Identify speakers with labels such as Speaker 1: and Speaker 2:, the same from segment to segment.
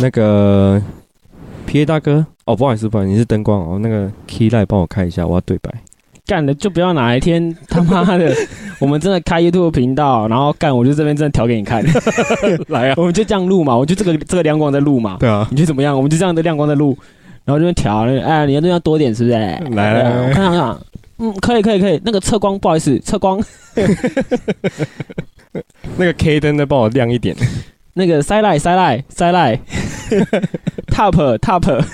Speaker 1: 那个 P A 大哥，哦，不好意思，不好意思，你是灯光哦。那个 Key Light 帮我开一下，我要对白。
Speaker 2: 干的就不要哪一天他 妈的，我们真的开 YouTube 频道，然后干我就这边真的调给你看，
Speaker 1: 来啊！
Speaker 2: 我们就这样录嘛，我就这个这个亮光在录嘛，
Speaker 1: 对啊，
Speaker 2: 你觉得怎么样？我们就这样的亮光在录，然后这边调，哎，你要这样多一点是不是？来
Speaker 1: 来来
Speaker 2: 我看看我看看，嗯，可以可以可以，那个测光不好意思，测光
Speaker 1: 那个 K 灯再帮我亮一点。
Speaker 2: 那个塞赖塞赖塞赖，top top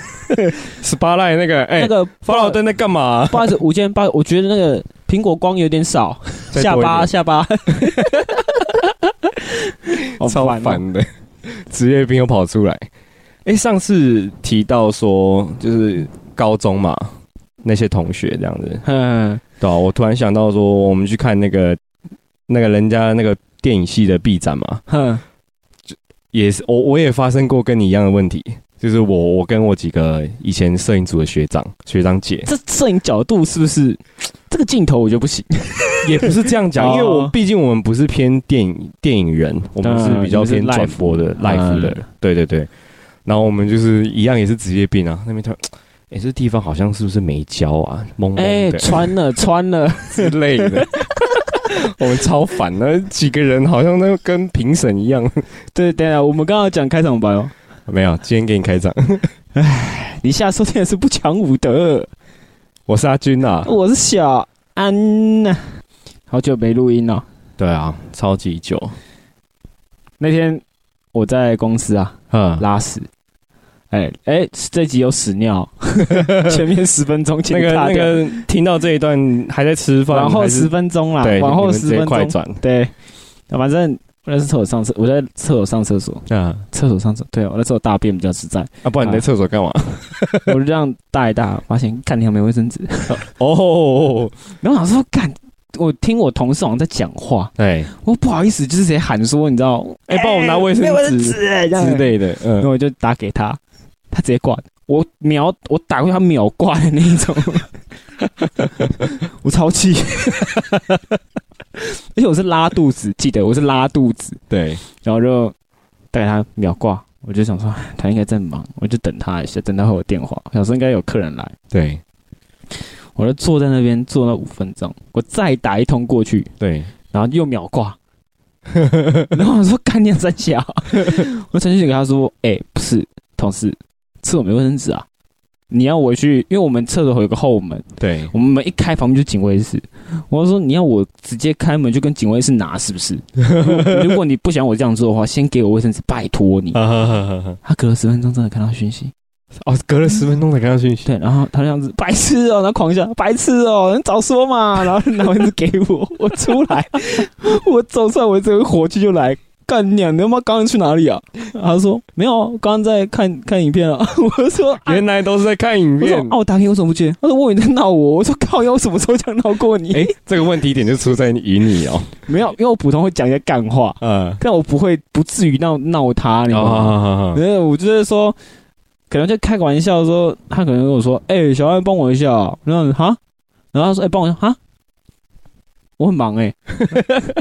Speaker 1: 十八 light 那个，哎、
Speaker 2: 那个
Speaker 1: 发老灯在干嘛、
Speaker 2: 不好意思，午间八，我觉得那个苹果光有点少，
Speaker 1: 再
Speaker 2: 下
Speaker 1: 多一点
Speaker 2: 巴下啊 巴，好
Speaker 1: 超
Speaker 2: 烦哦
Speaker 1: 烦的， 职业病又跑出来。哎、上次提到说，就是高中嘛，那些同学这样 子，
Speaker 2: 嗯，
Speaker 1: 对啊，我突然想到说，我们去看那个那个人家那个电影系的 B 展嘛，
Speaker 2: 哼，
Speaker 1: 也是我我也发生过跟你一样的问题，就是我我跟我几个以前摄影组的学长学长姐，
Speaker 2: 这摄影角度是不是这个镜头我就不行？
Speaker 1: 也不是这样讲，因
Speaker 2: 哦
Speaker 1: 为我毕竟我们不是偏电影电影人，我们是比较
Speaker 2: 嗯你
Speaker 1: 偏
Speaker 2: 们是
Speaker 1: 转播的
Speaker 2: live
Speaker 1: live 的
Speaker 2: 嗯，
Speaker 1: 对对对。然后我们就是一样也是职业病啊，那边他说，哎、这地方好像是不是没教啊，懵懵
Speaker 2: 哎，
Speaker 1: 的、
Speaker 2: 穿了穿了，
Speaker 1: 之类的。我们超烦的，几个人好像那跟评审一样。
Speaker 2: 对，等一下我们刚刚讲开场白哦，
Speaker 1: 没有，今天给你开场，
Speaker 2: 你现在收听的是不强武德，
Speaker 1: 我是阿军啊。
Speaker 2: 我是小安呐，好久没录音了，
Speaker 1: 对啊，超级久。
Speaker 2: 那天我在公司啊
Speaker 1: 嗯，
Speaker 2: 拉屎。哎哎，这集有屎 尿，前面十分钟请
Speaker 1: 那个
Speaker 2: 卡
Speaker 1: 那
Speaker 2: 掉
Speaker 1: 个，听到这一段还在吃饭，
Speaker 2: 往后
Speaker 1: 还是
Speaker 2: 十分钟啦，
Speaker 1: 对，
Speaker 2: 往
Speaker 1: 你
Speaker 2: 后
Speaker 1: 们直
Speaker 2: 十
Speaker 1: 接
Speaker 2: 分
Speaker 1: 快
Speaker 2: 钟，
Speaker 1: 转。
Speaker 2: 对，反正我在厕所上厕，我在厕所上厕所，
Speaker 1: 嗯，
Speaker 2: 厕所上厕，对啊我在厕所大便比较实在，
Speaker 1: 啊，不然你在厕所干嘛？
Speaker 2: 我就这样大一大，发现干你还没卫生纸，
Speaker 1: 哦，
Speaker 2: 然后我想说干，我听我同事好像在讲话，
Speaker 1: 哎，
Speaker 2: 我不好意思，就是直接喊说，你知道，
Speaker 1: 哎帮我拿卫生
Speaker 2: 没有卫生
Speaker 1: 纸
Speaker 2: 纸哎这样
Speaker 1: 之类的，
Speaker 2: 然后
Speaker 1: 嗯，
Speaker 2: 我就打给他，他直接挂，我秒我打过去他秒挂的那一种， 我超气， 而且我是拉肚子，记得我是拉肚子。
Speaker 1: 对，
Speaker 2: 然后就带给他秒挂，我就想说唉他应该在忙，我就等他一下，等他回我电话，想说应该有客人来，
Speaker 1: 对，
Speaker 2: 我就坐在那边坐了五分钟，我再打一通过去，
Speaker 1: 对，
Speaker 2: 然后又秒挂， 然后我说干你三小， 我程序员给他说，哎、不是，同事，厕所没卫生纸啊。你要我去，因为我们厕所有个后门，
Speaker 1: 对，
Speaker 2: 我们门一开房门就警卫室。我就说你要我直接开门就跟警卫室拿是不是？如果你不想我这样做的话，先给我卫生纸，拜托你。
Speaker 1: 啊哈哈哈哈
Speaker 2: 他隔了十分钟真的看到讯息，
Speaker 1: 哦，隔了十分钟才看到讯息，
Speaker 2: 对，然后他这样子白痴哦、然后狂笑，白痴哦、你早说嘛，然后就拿蚊子给我， 我出来，我走出来，我这个火气就来，干娘，你他妈刚刚去哪里啊？他说没有，啊刚刚在看看影片啊。 我说，啊
Speaker 1: 原来都是在看影
Speaker 2: 我说
Speaker 1: 片。
Speaker 2: 哦，我打给你为什么不接？他说我以为你在闹我，我说靠，要我什么时候讲闹过你？
Speaker 1: 哎，这个问题点就出在于你哦，
Speaker 2: 没有，因为我普通会讲一些干话，
Speaker 1: 嗯，
Speaker 2: 但我不会不至于闹闹他，你知道吗？
Speaker 1: 哦，
Speaker 2: 没有，我就是说，可能就开个玩笑说，他可能跟我说：“哎、小安帮我一下。”啊然后哈，然后他说：“哎、帮我一下哈。”我很忙哎、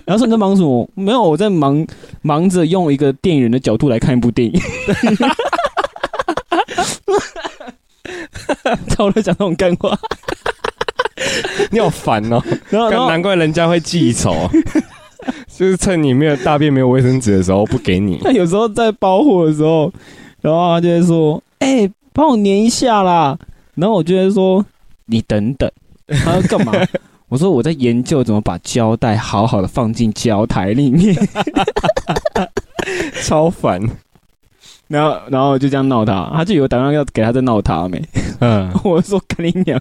Speaker 2: 然后说你在忙什么？没有，我在忙忙着用一个电影人的角度来看一部电影。 超在讲那种干话，
Speaker 1: 你好烦哦，
Speaker 2: 然后然后
Speaker 1: 难怪人家会记 仇，就是趁你没有大便没有卫生纸的时候不给你。
Speaker 2: 他有时候在包货的时候，然后他就会说：“哎、帮我粘一下啦。”然后我就会说：“你等等。”他说：“干嘛？” 我说：“我在研究怎么把胶带好好的放进胶台里面。
Speaker 1: 超烦。”
Speaker 2: 然后，然后我就这样闹他，他就有打算要给他再闹他没？
Speaker 1: 嗯，
Speaker 2: 我说：“跟你讲，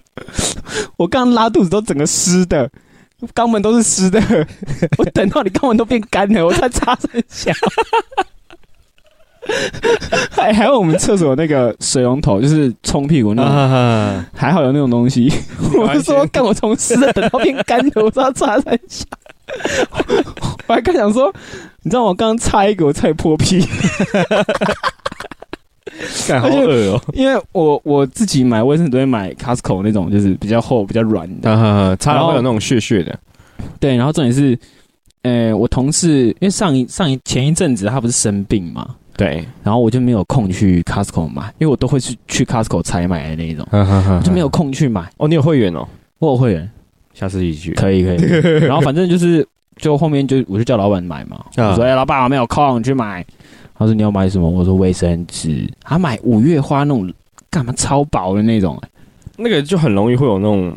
Speaker 2: 我刚拉肚子都整个湿的。”肛门都是湿的，我等到你肛门都变干了，我才擦三下。还还有我们厕所那个水龙头，就是冲屁股那种，
Speaker 1: 啊，
Speaker 2: 还好有那种东西。我就说，干我从湿的等到变干的，我知道擦三下。我还刚想说，你知道我刚刚擦一个，我差点破屁，
Speaker 1: 干好恶哦。
Speaker 2: 因为我我自己买卫生纸都会买 Costco 那种，就是比较厚、比较软的。
Speaker 1: 啊，擦
Speaker 2: 然
Speaker 1: 了
Speaker 2: 后
Speaker 1: 会有那种血血的。
Speaker 2: 对，然后重点是，呃，我同事因为上一上一前一阵子他不是生病嘛，
Speaker 1: 对，
Speaker 2: 然后我就没有空去 Costco 买，因为我都会去去 Costco 采买的那一种，
Speaker 1: 啊
Speaker 2: 我就没有空去买。
Speaker 1: 哦，你有会员哦，
Speaker 2: 我有会员，
Speaker 1: 下次一起去。
Speaker 2: 可以可以。然后反正就是，就后面就我就叫老板买嘛，
Speaker 1: 啊
Speaker 2: 我说哎、老板我没有空去买。他说你要买什么？我说卫生纸，他买五月花那种干嘛超薄的那种、
Speaker 1: 那个就很容易会有那种，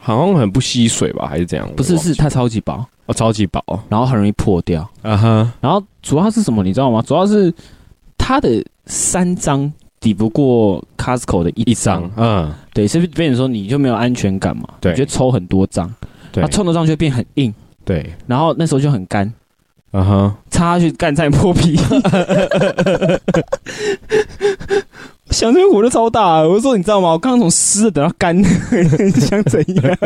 Speaker 1: 好像很不吸水吧，还是怎样？
Speaker 2: 不
Speaker 1: 我
Speaker 2: 是
Speaker 1: 忘记
Speaker 2: 是它超级薄，
Speaker 1: 哦，超级薄
Speaker 2: 然后很容易破掉。
Speaker 1: 啊哈，
Speaker 2: 然后主要是什么你知道吗？主要是它的三张抵不过 Costco 的一
Speaker 1: 一
Speaker 2: 张
Speaker 1: 张，，嗯，
Speaker 2: 对，是不是变成说你就没有安全感嘛？
Speaker 1: 对
Speaker 2: 你就抽很多张，
Speaker 1: 嗯对
Speaker 2: 它冲头上去变很硬，
Speaker 1: 对，
Speaker 2: 然后那时候就很干，
Speaker 1: 啊哈，
Speaker 2: 插下去干再破皮。 想这个火都超大，我就说你知道吗？我刚刚从湿的等到干， 想怎 样？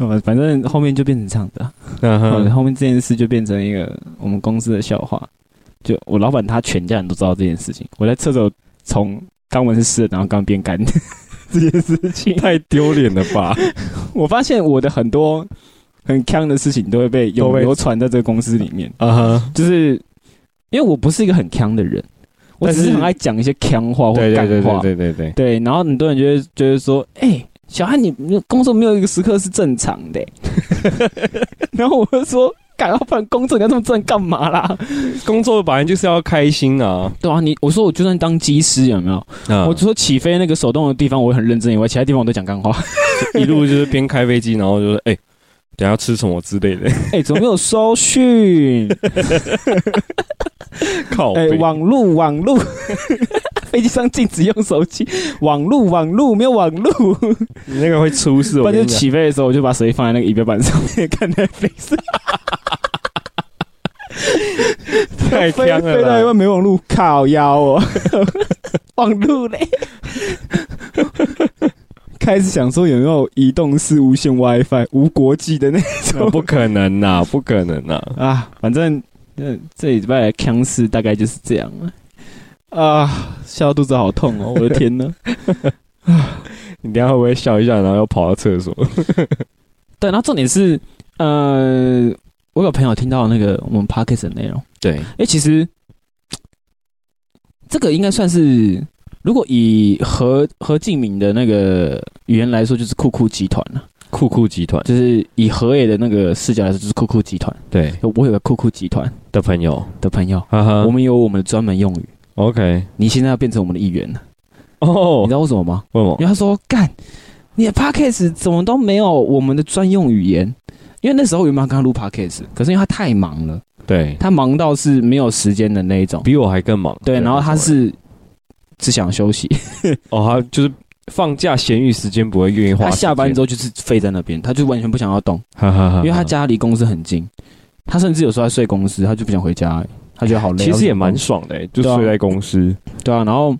Speaker 2: 呃反正后面就变成这样子、啊，
Speaker 1: 嗯哼，
Speaker 2: 后面这件事就变成一个我们公司的笑话。就我老板他全家人都知道这件事情，我在厕所从肛门是湿的，然后 肛门变干这件事情，
Speaker 1: 太丢脸了吧？
Speaker 2: 我发现我的很多很坑的事情都会被
Speaker 1: 都
Speaker 2: 有
Speaker 1: 被
Speaker 2: 流传在这个公司里面，
Speaker 1: 啊哈，
Speaker 2: 就是因为我不是一个很坑的人，我
Speaker 1: 但
Speaker 2: 只是
Speaker 1: 是
Speaker 2: 很爱讲一些坑话或
Speaker 1: 对
Speaker 2: 干
Speaker 1: 对对
Speaker 2: 话，
Speaker 1: 对对对对，
Speaker 2: 对然后很多人就会觉得说，哎、小汉你你工作没有一个时刻是正常的、 然后我就说。干，要不然工作你要这么正干嘛啦？
Speaker 1: 工作本来就是要开心啊，
Speaker 2: 对啊，你我说我就算当机师有没有？我
Speaker 1: 我
Speaker 2: 除了起飞那个手动的地方我会很认真以外，其他地方我都讲干话。
Speaker 1: 一路就是边开飞机，然后就是哎。等一下吃什么之类的，
Speaker 2: 哎、怎么没有收 讯？
Speaker 1: 靠
Speaker 2: 哎、
Speaker 1: 背，
Speaker 2: 网路网路，飞机上禁止用手机，网路网路没有网路，
Speaker 1: 你那个会出事，我
Speaker 2: 不然就
Speaker 1: 跟你讲。
Speaker 2: 起飞的时候我就把手机放在那个仪表板上面看那飞机，
Speaker 1: 太
Speaker 2: 飞
Speaker 1: 强
Speaker 2: 飞
Speaker 1: 了
Speaker 2: 到一半
Speaker 1: 啦！
Speaker 2: 没网路，靠腰哦， 网路嘞。 开始想说有没有移动式无线 WiFi 无国际的那
Speaker 1: 那不可能呐，不可能呐！
Speaker 2: 啊，反正呃这礼拜的腔事大概就是这样了。啊，笑到肚子好痛 哦！我的天呐！
Speaker 1: 你等一下会不会笑一下，然后又跑到厕所？
Speaker 2: 对，然后重点是，呃，我有朋友听到那个我们 p o d c a s t 的内容，
Speaker 1: 对，
Speaker 2: 哎、其实这个应该算是，如果以何何敬敏的那个语言来说，就是酷酷集团了，
Speaker 1: 酷酷集团
Speaker 2: 就是以何野的那个视角来说，就是酷酷集团。
Speaker 1: 对
Speaker 2: 我有个酷酷集团
Speaker 1: 的朋友，
Speaker 2: 的朋友，
Speaker 1: 哈哈
Speaker 2: 我们有我们的专门用语。
Speaker 1: OK，
Speaker 2: 你现在要变成我们的一员了，
Speaker 1: 哦
Speaker 2: 你知，道为什么吗？
Speaker 1: 为什么
Speaker 2: 因为他说干，你的 podcast 怎么都没有我们的专用语言？因为那时候原本要跟他录 podcast，可是因为他太忙了，
Speaker 1: 对
Speaker 2: 他忙到是没有时间的那一种。
Speaker 1: 比我还更忙。
Speaker 2: 对，然后他是只想休息，
Speaker 1: 哦，他就是放假闲余时间不会愿意花
Speaker 2: 他
Speaker 1: 时间。嗯
Speaker 2: 下班之
Speaker 1: 后，
Speaker 2: 后就是废在那边，他就完全不想要动，
Speaker 1: 哈哈哈
Speaker 2: 因为他家离公司很近，他甚至有时候还睡公司，他就不想回家，他觉得好累。
Speaker 1: 其实也
Speaker 2: 他
Speaker 1: 蛮
Speaker 2: 就
Speaker 1: 爽的欸，就
Speaker 2: 对啊
Speaker 1: 睡在公司。
Speaker 2: 对啊，然后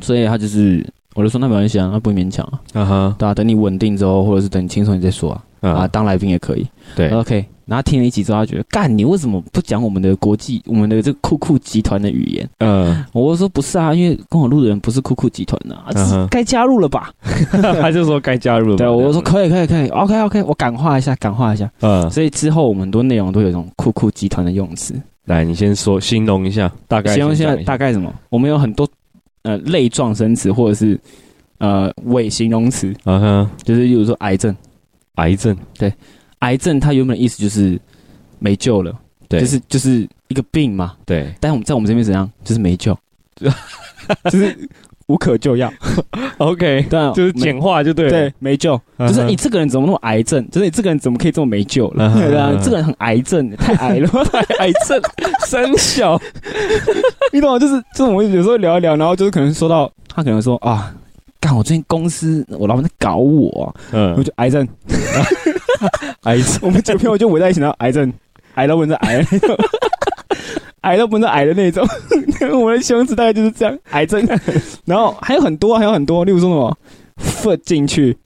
Speaker 2: 所以他就是，我就说那没关系啊，那不勉强啊，
Speaker 1: 啊哈，
Speaker 2: 对啊，等你稳定之后，或者是等你轻松你再说啊，啊，
Speaker 1: 啊，
Speaker 2: 当来宾也可以。
Speaker 1: 对，
Speaker 2: OK，然后听了一集之后，他觉得干，你为什么不讲我们的国际，我们的这个酷酷集团的语言？
Speaker 1: 嗯，
Speaker 2: 我就说不是啊，因为跟我录的人不是酷酷集团的、啊，
Speaker 1: 嗯
Speaker 2: 是
Speaker 1: 哼
Speaker 2: 该加入了吧？
Speaker 1: 他就说该加入了。
Speaker 2: 对，我就说，可以可以可以，OK OK，我感化一下，感化一下。
Speaker 1: 嗯，
Speaker 2: 所以之后我们很多内容都有一种酷酷集团的用词，
Speaker 1: 来，你先说形容一下，大概
Speaker 2: 形容
Speaker 1: 先
Speaker 2: 现在
Speaker 1: 讲一下
Speaker 2: 大概什么？我们有很多呃类状声词或者是呃伪形容词，
Speaker 1: 啊哈，
Speaker 2: 就是例如说癌症，
Speaker 1: 癌症，
Speaker 2: 癌症它原本的意思就是没救了，
Speaker 1: 对，
Speaker 2: 就是就是一个病嘛。
Speaker 1: 对，
Speaker 2: 但我们在我们这边怎样？就是没 救，就是无可救药。
Speaker 1: OK，
Speaker 2: 对啊，
Speaker 1: 就是
Speaker 2: 没
Speaker 1: 简化就对了。
Speaker 2: 对，没救，
Speaker 1: 嗯哼
Speaker 2: 就是你这个人怎么那么癌症？就是你这个人怎么可以这么没救了？
Speaker 1: 嗯哼
Speaker 2: 对啊
Speaker 1: 嗯，哼
Speaker 2: 这个人很癌症，太癌 了，太癌症，
Speaker 1: 三小，
Speaker 2: 你懂吗？就是就是我们有时候聊一聊，然后就是可能说到他可能说啊。干！我最近公司我老板在搞我、我
Speaker 1: 嗯，
Speaker 2: 就癌 症，
Speaker 1: 癌症，
Speaker 2: 我们几个朋友就围在一起，然后癌症，癌到不能再癌的那种，癌到不能再癌的那种。 我们的形容词大概就是这样，癌症。然后还有很多，还有很多，例如说什么 foot 进去，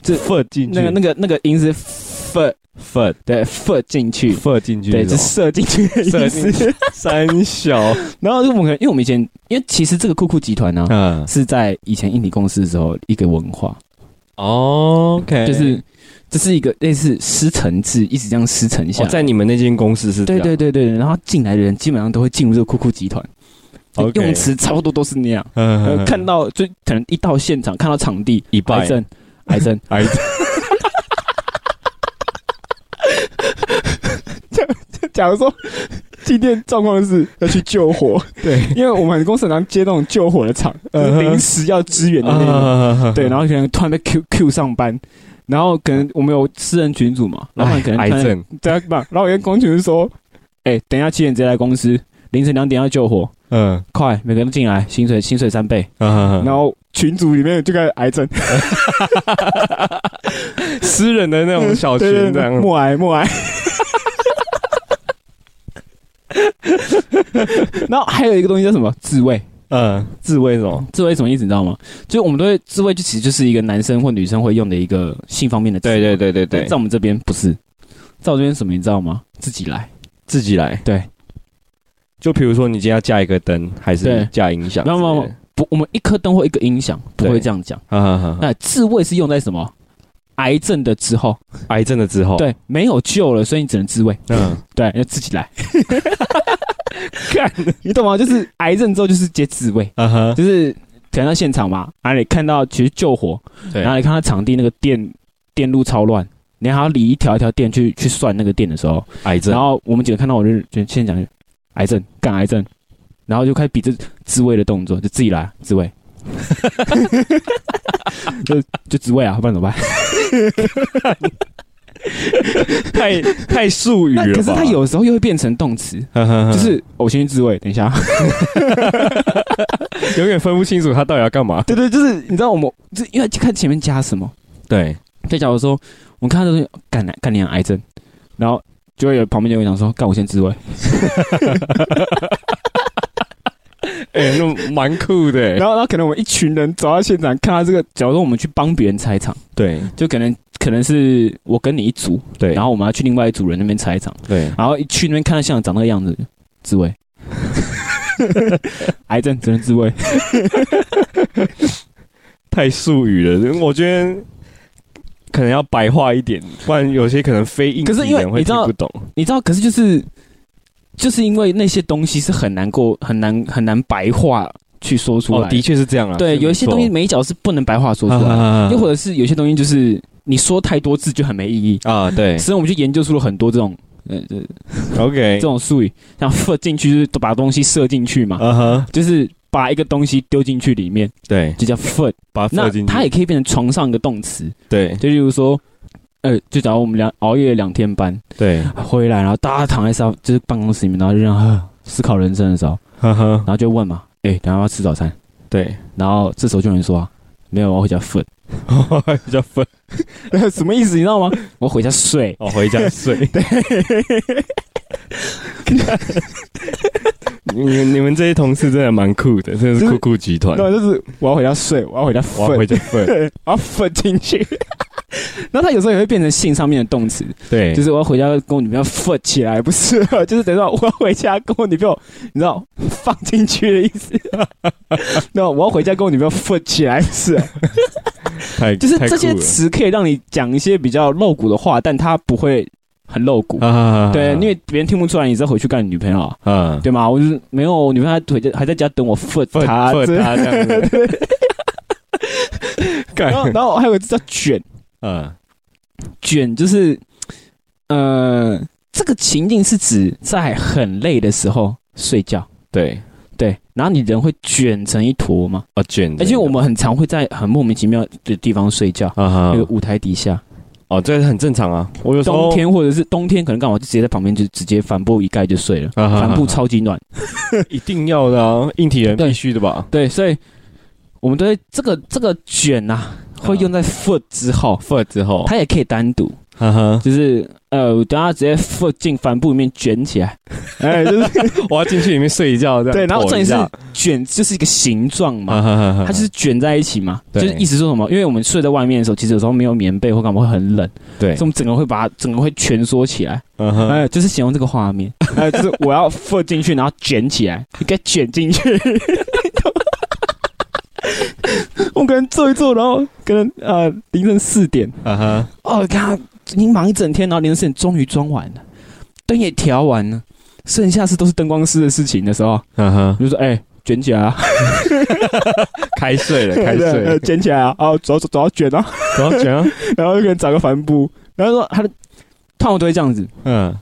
Speaker 1: 这 foot 进去，
Speaker 2: 那个那个那个音是 foot，
Speaker 1: foot
Speaker 2: 对 foot 进去，
Speaker 1: foot 进去，
Speaker 2: 对，
Speaker 1: 这
Speaker 2: 就
Speaker 1: 种
Speaker 2: 射进去的意
Speaker 1: 射进
Speaker 2: 思。
Speaker 1: 三小，
Speaker 2: 然后就我们可能，因为我们以前，因为其实这个酷酷集团呢、啊
Speaker 1: 嗯，
Speaker 2: 是在以前印尼公司的时候一个文化，
Speaker 1: OK，哦
Speaker 2: 就是这是一个类似师承制，一直这样师承下
Speaker 1: 哦
Speaker 2: 来。
Speaker 1: 在你们那间公司是这
Speaker 2: 对
Speaker 1: 样
Speaker 2: 对对对，然后进来的人基本上都会进入这个酷酷集团
Speaker 1: OK
Speaker 2: 用词差不多都是那样。
Speaker 1: 嗯
Speaker 2: 呃
Speaker 1: 嗯嗯
Speaker 2: 看到就可能一到现场，看到场地，
Speaker 1: 一拜
Speaker 2: 癌症，癌症，
Speaker 1: 癌 症
Speaker 2: 假如说今天状况是要去救火，
Speaker 1: 对，
Speaker 2: 因为我们公司很常接那种救火的场，就 是
Speaker 1: 嗯哼啊
Speaker 2: 临时要支援的那种。对，然
Speaker 1: 后
Speaker 2: 后可能突然被 Q Q 上班，然后可能我们有私人群组嘛，老板可能
Speaker 1: 哎癌
Speaker 2: 突然
Speaker 1: 症，
Speaker 2: 对吧？然后我跟工群说，哎、等一下七点直接来公司，凌晨两点要救火，
Speaker 1: 嗯，
Speaker 2: 快，每个人都进来，薪水薪水三倍。
Speaker 1: 然
Speaker 2: 然后群组里面就开始癌症，
Speaker 1: 私人的那种哦小群
Speaker 2: 对对
Speaker 1: 这
Speaker 2: 对，
Speaker 1: 样，
Speaker 2: 默 哀默哀。 然后还有一个东西叫什么自慰，
Speaker 1: 嗯，自慰什么？
Speaker 2: 自慰什么意思你知道吗？就是我们都会自慰，就其实就是一个男生或女生会用的一个性方面的词
Speaker 1: 对对对对
Speaker 2: 对，
Speaker 1: 对
Speaker 2: 在，我们这边不是，在我这边什么你知道吗？自己来。
Speaker 1: 自己来。
Speaker 2: 对，
Speaker 1: 就比如说你今天要架一个灯，还是
Speaker 2: 对
Speaker 1: 架音响之
Speaker 2: 没
Speaker 1: 类
Speaker 2: 有
Speaker 1: 的？
Speaker 2: 没有没有不，我们一颗灯或一个音响不会
Speaker 1: 对
Speaker 2: 这样讲。
Speaker 1: 啊哈哈，
Speaker 2: 那自慰是用在什么？癌症的之后，
Speaker 1: 癌症了之后，，
Speaker 2: 对，没有救了，所以你只能自慰。
Speaker 1: 嗯，
Speaker 2: 对，要自 己来。看，你懂吗？就是癌症之后就是接自慰，
Speaker 1: 啊哈，
Speaker 2: 就是可能到现场嘛，然后你看到其实救火，
Speaker 1: 对
Speaker 2: 然后你看到场地那个电电路超乱，你还要理一条一条电去去算那个电的时候，
Speaker 1: 癌症
Speaker 2: 然，后我们几个看到我就就先讲癌症，干癌症，然后就开始比这自慰的动作，就自己来自慰， 就就自慰啊，不然怎 么办？
Speaker 1: 太太术语
Speaker 2: 那
Speaker 1: 了
Speaker 2: 可是
Speaker 1: 吧
Speaker 2: 它，有时候又会变成动词，
Speaker 1: 哈哈哈
Speaker 2: 就是我先去自慰，等一下。
Speaker 1: 永远分不清楚他到底要干嘛。
Speaker 2: 对对，就是你知道我们，就因为看前面加什么。
Speaker 1: 对，
Speaker 2: 就假如说我们看到这东西，干干你很癌症，然后就会有旁边就会讲说，干我先自慰，
Speaker 1: 哎，那蛮酷的欸。
Speaker 2: 然后然后可能我们一群人走到现场，看到这个，假如说我们去帮别人拆场，
Speaker 1: 对
Speaker 2: 就可能可能是我跟你一组，
Speaker 1: 对，
Speaker 2: 然后我们要去另外一组人那边拆场，
Speaker 1: 对，
Speaker 2: 然后一去那边看到现场长那个样子，自慰， 癌症只能自慰，
Speaker 1: 太术语了，我觉得可能要白话一点，不然有些可能非应
Speaker 2: 可是因为
Speaker 1: 人会
Speaker 2: 你知
Speaker 1: 听
Speaker 2: 道
Speaker 1: 不懂。
Speaker 2: 你知道？可是就是就是因为那些东西是很难过、很难很难白话去说出来
Speaker 1: 哦，的确是这样啊。
Speaker 2: 对，
Speaker 1: 是
Speaker 2: 有一些
Speaker 1: 没错
Speaker 2: 东西每一角是不能白话说出
Speaker 1: 啊
Speaker 2: 来，
Speaker 1: 啊啊
Speaker 2: 又或者是有些东西就是你说太多字就很没意义，
Speaker 1: 啊， 对
Speaker 2: 所以我们就研究出了很多这种呃这
Speaker 1: ，OK，
Speaker 2: 这种啊术语，像 f 进去就是把东西射进去嘛，
Speaker 1: 嗯哼，
Speaker 2: 就是把一个东西丢进去里面，
Speaker 1: 对，
Speaker 2: 就叫 foot。
Speaker 1: 把它
Speaker 2: 那
Speaker 1: 放进去
Speaker 2: 它也可以变成床上的动词，
Speaker 1: 对
Speaker 2: 就例如说，呃，就假如我们两熬夜两天班
Speaker 1: 对，
Speaker 2: 回来，然后大家躺在沙就是办公室里面，然后就这样呵思考人生的时候，
Speaker 1: 哈哈，
Speaker 2: 然后就问嘛，哎、等一下要吃早餐，
Speaker 1: 对，
Speaker 2: 然后这时候就有人说、啊，没有，我要回家 foot。
Speaker 1: 比较分，
Speaker 2: 什么意思？你知道吗？我回家 睡。
Speaker 1: 哦，回 家睡。对，你们你们这些同事真的蛮酷的，真的是
Speaker 2: 就是
Speaker 1: 酷酷集团。
Speaker 2: 对，就是我要回家睡，我要回家
Speaker 1: 我要
Speaker 2: 瞓
Speaker 1: 回，家 睡。
Speaker 2: 对 我要瞓进去。然后它有时候也会变成性上面的动词，
Speaker 1: 对，
Speaker 2: 就是我要回家跟我女朋友 f 起来，不是， 就是等于说我要回家跟我女朋友，你知道 放进去的意思。 那我要回家跟我女朋友 f 起来，不是，
Speaker 1: 太
Speaker 2: 就是
Speaker 1: 太
Speaker 2: 这些
Speaker 1: 酷了
Speaker 2: 词可以让你讲一些比较露骨的话，但它不会很露骨。
Speaker 1: 啊啊啊，啊
Speaker 2: 对，因为别人听不出来，你再回去干你女朋友啊。
Speaker 1: 啊，
Speaker 2: 对吗？我就是没有，我女朋友还回家还在家等我 foot
Speaker 1: 分
Speaker 2: 她，
Speaker 1: 分
Speaker 2: 这
Speaker 1: 他这样 子，干
Speaker 2: 然后然后还有一个字叫卷
Speaker 1: 嗯
Speaker 2: 卷，就是呃，这个情境是指在很累的时候睡觉，
Speaker 1: 对，
Speaker 2: 对，然后你人会卷成一坨嘛，
Speaker 1: 哦卷着，
Speaker 2: 而且我们很常会在很莫名其妙的地方睡觉。
Speaker 1: 啊哈
Speaker 2: 那个舞台底下，
Speaker 1: 哦，这很正常啊，我有时候
Speaker 2: 冬天或者是冬天可能干嘛，就直接在旁边就直接帆布一盖就睡了，
Speaker 1: 啊哈
Speaker 2: 帆布超级暖。
Speaker 1: 一定要的啊，硬体人
Speaker 2: 对
Speaker 1: 必须的吧？
Speaker 2: 对，所以我们对这个这个卷啊，会用在 foot 之后，
Speaker 1: f 之后，
Speaker 2: 它也可以单独，
Speaker 1: 哈哈，
Speaker 2: 就是呃，我等下直接放进帆布里面卷起来，哎，就是
Speaker 1: 我要进去里面睡一觉，这样
Speaker 2: 对，然后
Speaker 1: 躲
Speaker 2: 重点
Speaker 1: 一
Speaker 2: 是
Speaker 1: 下嗯
Speaker 2: 卷就是一个形状
Speaker 1: 哈
Speaker 2: 嘛，
Speaker 1: 哈哈哈，
Speaker 2: 它就是卷在一起嘛，就
Speaker 1: 对
Speaker 2: 是意思说什么？因为我们睡在外面的时候，其实有时候没有棉被或干嘛会很冷，
Speaker 1: 对
Speaker 2: 所以，我们整个会把它整个会蜷缩起来，
Speaker 1: 嗯哼，
Speaker 2: 哎，就是形容这个画面， 哎，就是我要放进去，然后卷起来，你给它卷进去。 我可能做一做，然后可能呃凌晨四点，
Speaker 1: 啊哈，
Speaker 2: 哦，看已经忙一整天，然后凌晨四点终于装完了，灯也调完了，剩下是都是灯光师的事情的时候，
Speaker 1: 啊哈，
Speaker 2: 我就说哎、卷起来啊，
Speaker 1: 开睡 了，开睡
Speaker 2: 呃
Speaker 1: 了，
Speaker 2: 卷起来啊，哦，走走走要卷啊，
Speaker 1: 怎么讲？
Speaker 2: 然后可能找个帆布，然后说他的，通常我都会这样子，
Speaker 1: 嗯，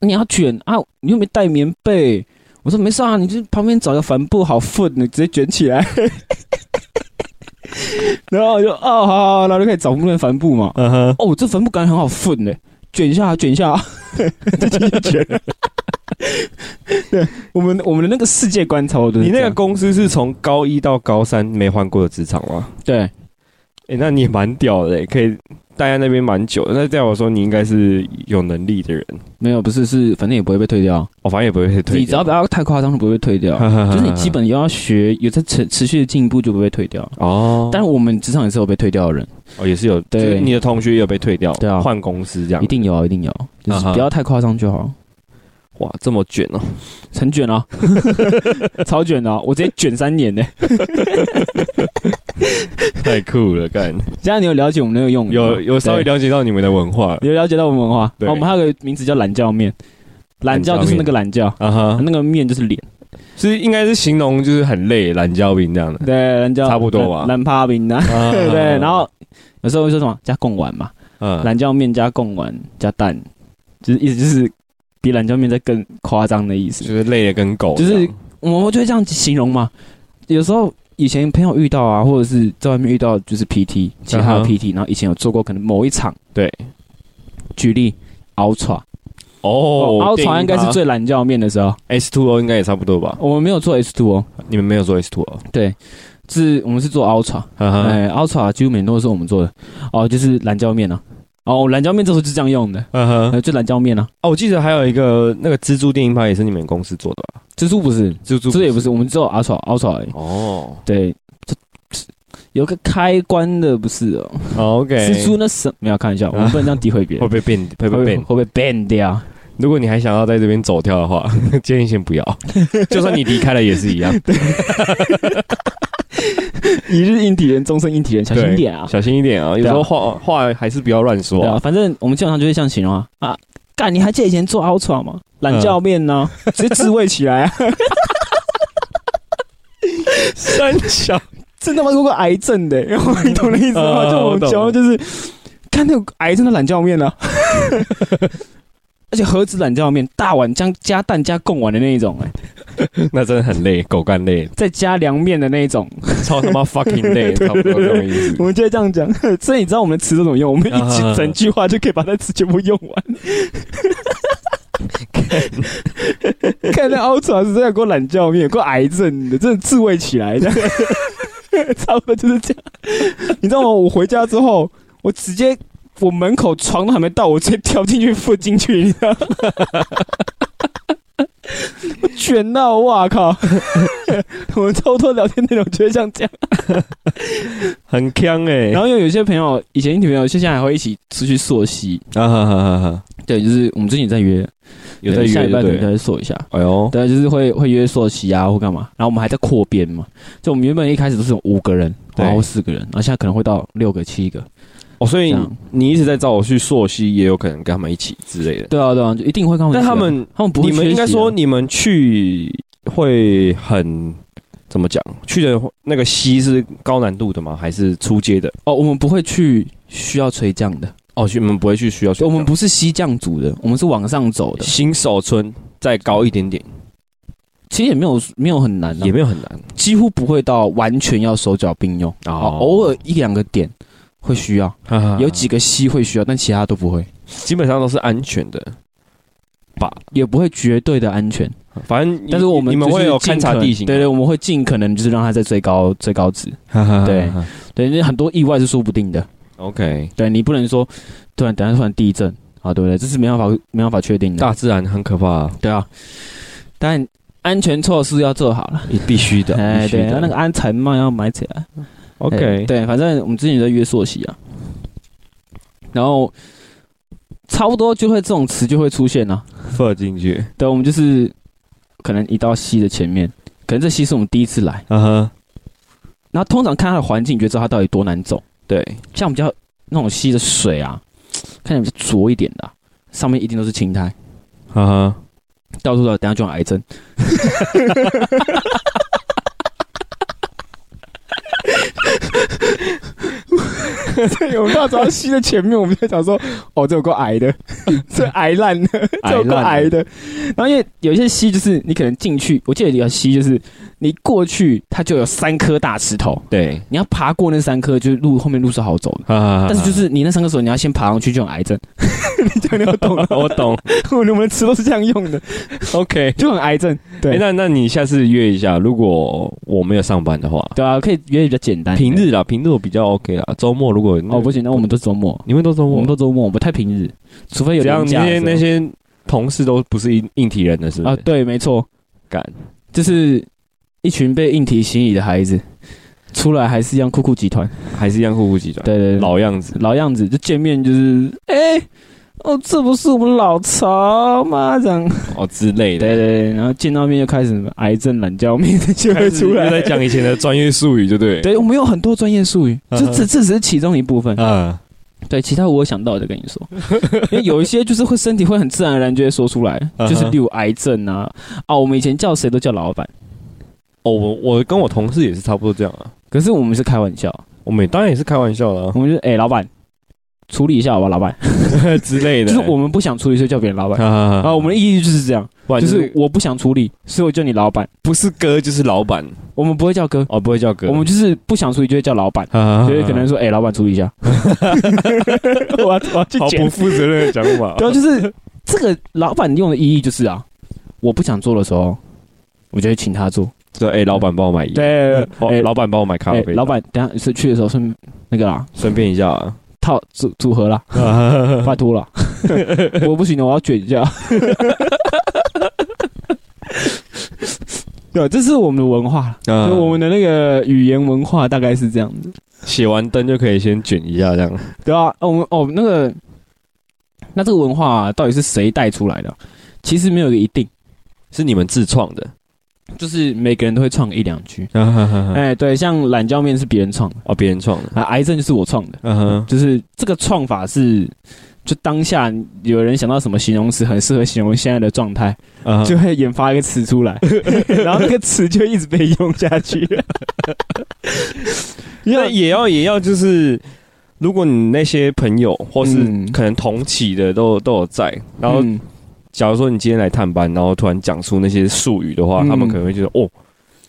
Speaker 2: 你要卷啊，你又没带棉被。我说没事啊，你就旁边找个帆布好缝，你直接卷起来。 然后我就哦，好好，好然后就开始找那个帆布嘛。
Speaker 1: 啊哈，
Speaker 2: 哦，这帆布感觉很好缝呢，卷一下，卷一下， 再继续卷。对，我们我们的那个世界观差不多都
Speaker 1: 你
Speaker 2: 是这
Speaker 1: 那
Speaker 2: 样。
Speaker 1: 个公司是从高一到高三没换过的职场吗？
Speaker 2: 对，
Speaker 1: 哎、那你也蛮屌的、欸，可以待在那边蛮久的。那代表说你应该是有能力的人，
Speaker 2: 没有不是是，反正也不会被退掉。
Speaker 1: 我、哦反正也不会被推
Speaker 2: 你只要不要太夸张，就不会被退掉。 就是你基本也要学，有在持持续的进步，就不会被退掉。
Speaker 1: 哦，
Speaker 2: 但我们职场也是有被退掉的人，
Speaker 1: 哦也是有，
Speaker 2: 对
Speaker 1: 就是你的同学也有被退掉，
Speaker 2: 对啊
Speaker 1: 换公司这样，
Speaker 2: 一定有，一定有，就是
Speaker 1: 啊哈
Speaker 2: 不要太夸张就好。
Speaker 1: 哇，这么卷哦、
Speaker 2: 很卷 啊，超卷啊！我直接卷三年呢。
Speaker 1: 太酷了，干，
Speaker 2: 现在你有了解我们那个用语吗
Speaker 1: 有有稍微了解到你们的文化了
Speaker 2: 有了解到我们文化。
Speaker 1: 嗯对
Speaker 2: 哦我们还有个名字叫懒觉面，懒觉就是那个懒觉，
Speaker 1: 啊哈，
Speaker 2: 那个面就是脸。
Speaker 1: 是应该是形容就是很累，懒觉病这样 的，
Speaker 2: 对，懒觉
Speaker 1: 差不多吧
Speaker 2: 懒趴饼啊，
Speaker 1: 啊
Speaker 2: 对 对。然后有时候会说什么加贡丸嘛，
Speaker 1: 嗯
Speaker 2: 懒觉面加贡丸加蛋，就是意思就是比懒觉面再更夸张的意思
Speaker 1: 就。是累的跟狗，
Speaker 2: 就是我们就会这样形容嘛。有时候以前朋友遇到啊，或者是在外面遇到，就是 PT 其他
Speaker 1: 嗯哼
Speaker 2: 的 PT，、然后以前有做过可能某一场，
Speaker 1: 对，
Speaker 2: 举例 Ultra，
Speaker 1: 哦
Speaker 2: Ultra 应该是最懒觉面的时候，
Speaker 1: S two O 应该也差不多吧？
Speaker 2: 我们没有做 S two 哦，
Speaker 1: 你们没有做 S two O，
Speaker 2: 是我们是做 Ultra，
Speaker 1: 哈哈
Speaker 2: 哎、u l t r a 几乎每天都是我们做的，哦，就是懒觉面啊，哦，懒觉面这时候就这样用的，
Speaker 1: 哈哈。
Speaker 2: 呃，就懒觉面啊，
Speaker 1: 哦，我记得还有一个那个蜘蛛电影拍也是你们公司做的吧？
Speaker 2: 蜘蛛不是，
Speaker 1: 蜘蛛
Speaker 2: 蜘蛛也不是，我们只有 Ultra Ultra 而已，
Speaker 1: 哦
Speaker 2: 对，这有个开关的不是哦。
Speaker 1: 哦，OK，
Speaker 2: 蜘蛛那什没有看一下，我们不能这样诋毁别
Speaker 1: 会
Speaker 2: 人，
Speaker 1: 被变会被
Speaker 2: 啊 会
Speaker 1: 变。
Speaker 2: 会被 ban 掉？
Speaker 1: 如果你还想要在这边走跳的话， 建议先不 要，就算你离开了也是一 样，
Speaker 2: 一日硬体人，终身硬体人，小心一点啊！
Speaker 1: 小心一点啊！有时候话话还是不要乱说
Speaker 2: 对
Speaker 1: 啊
Speaker 2: 啊，。反正我们基本上就会这样形容啊啊！干，你还记得以前做 Ultra 吗？懒觉面 呢，直接自卫起 来啊！
Speaker 1: 三小
Speaker 2: 真他妈如果癌症 的，你懂的意思吗？
Speaker 1: 嗯
Speaker 2: 啊就我
Speaker 1: 我
Speaker 2: 们
Speaker 1: 懂
Speaker 2: 讲的就是，看那个癌症的懒觉面 呢，而且何止懒觉面，大碗加加蛋加贡丸的那一种，哎，
Speaker 1: 那真的很累，狗干累，
Speaker 2: 再加凉面的那一种，
Speaker 1: 超 他妈 fucking 累，差不多这种意思。
Speaker 2: 我们就会这样讲， 所以你知道我们的词都怎么用？我们一起
Speaker 1: 啊
Speaker 2: 整句话就可以把那词全部用完。 看那 Ultra 是真的有过懒觉面，有过癌症的，真的自慰起来的， 差不多就是这样。你知道吗？我回家之后，我直接我门口床都还没到，我直接跳进去附进去，你知道吗？ 我卷到，哇靠！ 我们偷偷聊天内容就会像这样。
Speaker 1: 很呛哎、
Speaker 2: 然后又有些朋友，以前一群朋友，现在还会一起出去溯溪。
Speaker 1: 啊哈哈哈哈！
Speaker 2: 对，就是我们最近在约，
Speaker 1: 有在约
Speaker 2: 下礼拜
Speaker 1: 对
Speaker 2: 可
Speaker 1: 不
Speaker 2: 能
Speaker 1: 对
Speaker 2: 再溯一下。
Speaker 1: 哎呦，
Speaker 2: 对，啊就是会会约溯溪啊，或干嘛。然后我们还在扩编嘛，就我们原本一开始都是有五个人，
Speaker 1: 对
Speaker 2: 然后四个人，然后现在可能会到六个、七个。
Speaker 1: 哦，所以
Speaker 2: 这
Speaker 1: 你
Speaker 2: 样
Speaker 1: 你一直在找我去朔溪，也有可能跟他们一起之类的。
Speaker 2: 对啊，对啊，就一定会跟他们一
Speaker 1: 但
Speaker 2: 起啊。
Speaker 1: 他们
Speaker 2: 他们不会
Speaker 1: 你
Speaker 2: 缺席啊，
Speaker 1: 们应该说你们去会很怎么讲？去的那个溪是高难度的吗？还是初阶的？
Speaker 2: 哦，我们不会去需要垂降的，
Speaker 1: 哦，去你们不会去需要
Speaker 2: 就我们不是西降组的，我们是往上走的。
Speaker 1: 新手村再高一点点，
Speaker 2: 其实也没有没有很难、啊，
Speaker 1: 也没有很难
Speaker 2: 几乎不会到完全要手脚并用，
Speaker 1: 哦
Speaker 2: 哦，偶尔一两个点会需要。
Speaker 1: 哈哈哈
Speaker 2: 有几个溪会需要，但其他都不会，
Speaker 1: 基本上都是安全的。
Speaker 2: 也不会绝对的安全。
Speaker 1: 反正你
Speaker 2: 但是我们
Speaker 1: 你们
Speaker 2: 就是
Speaker 1: 会有
Speaker 2: 尽
Speaker 1: 勘察
Speaker 2: 可能
Speaker 1: 地形吗，
Speaker 2: 对对，我们会尽可能就是让它在最高最高值。
Speaker 1: 哈哈哈哈
Speaker 2: 对对，因为很多意外是说不定的。
Speaker 1: ，OK，
Speaker 2: 对啊你不能说突然等下突然地震啊，对不对？这是没办法没办法确定的。
Speaker 1: 大自然很可怕 啊，
Speaker 2: 对啊，但安全措施要做好了。
Speaker 1: 你必须的，
Speaker 2: 哎，
Speaker 1: 必须
Speaker 2: 对，
Speaker 1: 的
Speaker 2: 那个安全帽要买起来。哎
Speaker 1: 啊 OK，
Speaker 2: 对，反正我们之前有在约朔溪啊，然后差不多就会这种词就会出现啊。
Speaker 1: 放进去，
Speaker 2: 对，我们就是可能一到溪的前面，可能这溪是我们第一次来，
Speaker 1: 啊哈，
Speaker 2: 那然后通常看它的环境，你就知道它到底多难走。
Speaker 1: 对，
Speaker 2: 像我们家那种溪的水啊，看起来比较浊一点的啊、上面一定都是青苔，
Speaker 1: 哈哈，
Speaker 2: 到处都有等下就有癌 症。
Speaker 3: 我们到早溪的前面，我们在讲说，哦，这有够矮 的，这矮烂的，这有够
Speaker 1: 矮
Speaker 3: 矮
Speaker 1: 烂
Speaker 3: 的。
Speaker 2: 然后因为有一些溪就是你可能进去，我记得有条溪就是你过去它就有三颗大石头，
Speaker 1: 对，
Speaker 2: 你要爬过那三颗，就是路后面路是好走的。
Speaker 1: 哈哈哈哈。
Speaker 2: 但是就是你那三颗手，你要先爬上去就有癌 症，
Speaker 3: 你讲你要 懂了，
Speaker 1: 我懂
Speaker 3: 我们吃都是这样用的，
Speaker 1: ，OK。
Speaker 3: 就很癌症。对
Speaker 1: 诶那那你下次约一下，如果我没有上班的话，
Speaker 2: 对啊，可以约比较简单。
Speaker 1: 平日啦，平日我比较 OK 啦。周末如果
Speaker 2: 哦不行，那我们都周末，
Speaker 1: 你们都周
Speaker 2: 我
Speaker 1: 末
Speaker 2: 们，都周末，我们不太平日，除非有
Speaker 1: 这样
Speaker 2: 年
Speaker 1: 那
Speaker 2: 假的
Speaker 1: 些
Speaker 2: 时候
Speaker 1: 那些同事都不是硬硬体人的是不
Speaker 2: 啊，
Speaker 1: 是？
Speaker 2: 对，没错，
Speaker 1: 干
Speaker 2: 就是一群被硬体吸引的孩子，出来还是一样酷酷集团，
Speaker 1: 还是一样户户集团，
Speaker 2: 对对对，
Speaker 1: 老样子。
Speaker 2: 老样子，就见面就是，哎、哦，这不是我们老曹吗？这样，
Speaker 1: 哦之类
Speaker 2: 对
Speaker 1: 的，
Speaker 2: 对对，然后见到面就开始什么癌症、懒觉面 就
Speaker 1: 开
Speaker 2: 会
Speaker 1: 始
Speaker 2: 出
Speaker 1: 又
Speaker 2: 来，
Speaker 1: 在讲以前的专业术语，就对。，
Speaker 2: 对，我们有很多专业术语，
Speaker 1: 嗯
Speaker 2: 这这这只是其中一部分。
Speaker 1: 啊，
Speaker 2: 对，其他我有想到的跟你说， 因为有一些就是会身体会很自然而然就会说出来，
Speaker 1: 嗯哼
Speaker 2: 就是例如癌症啊，啊，我们以前叫谁都叫老板，
Speaker 1: 哦，我我跟我同事也是差不多这样啊，
Speaker 2: 可是我们是开玩笑，
Speaker 1: 我们当然也是开玩笑 的
Speaker 2: 我们就哎、老板处理一下好吧，老板，
Speaker 1: 啊之类
Speaker 2: 就
Speaker 1: 的，
Speaker 2: 是 我们不想处理，所以叫别人老板。
Speaker 1: 啊
Speaker 2: 啊，我们的意义就是这样，
Speaker 1: 不然
Speaker 2: 就
Speaker 1: 就是
Speaker 2: 是我不想处理，所以我叫你老板。
Speaker 1: 不是哥就是老板
Speaker 2: 我们不会叫哥，
Speaker 1: 哦，不会叫哥，
Speaker 2: 我们就是不想处理就会叫老板，
Speaker 1: 啊
Speaker 2: 就是可能说，哎，老板处理一
Speaker 1: 嗯
Speaker 2: 下。 我要我要去
Speaker 1: 好
Speaker 2: 剪
Speaker 1: 不。负责任的讲 法
Speaker 2: 对啊，就是这个老板用的意义就是啊，我不想做的时候，我就会请他做。
Speaker 1: 就哎，老板帮我买烟，
Speaker 2: 对，
Speaker 1: 哦
Speaker 2: 哎，
Speaker 1: 老板帮我买咖
Speaker 2: 哎
Speaker 1: 啡，，
Speaker 2: 老板，等一下是去的时候顺那个啦，
Speaker 1: 顺便一下啊，
Speaker 2: 套组组合啦，
Speaker 1: 嗯
Speaker 2: 拜托啦，我不行了，我要卷一下。 对，这是我们的文化，
Speaker 1: 啊
Speaker 2: 就我们的那个语言文化大概是这样子，
Speaker 1: 写完灯就可以先卷一下这样，
Speaker 2: 对啊，哦我们哦那个，那这个文化、到底是谁带出来的？其实没有一个一定，
Speaker 1: 是你们自创的，
Speaker 2: 就是每个人都会创一两句。
Speaker 1: 哎，
Speaker 2: 哎，对，像懒觉面是别人创的，
Speaker 1: 哦，别人创的，
Speaker 2: 啊，癌症就是我创的，
Speaker 1: 嗯哼，
Speaker 2: 就是这个创法是，就当下有人想到什么形容词很适合形容现在的状态，
Speaker 1: 啊
Speaker 2: 就会研发一个词 出来，然后那个词就一直被用下去。
Speaker 1: 那也要也要就是，如果你那些朋友或是
Speaker 2: 嗯
Speaker 1: 可能同起的都都有在，然后
Speaker 2: 嗯
Speaker 1: 假如说你今天来探班，然后突然讲出那些术语的话，
Speaker 2: 嗯
Speaker 1: 他们可能会觉得哦，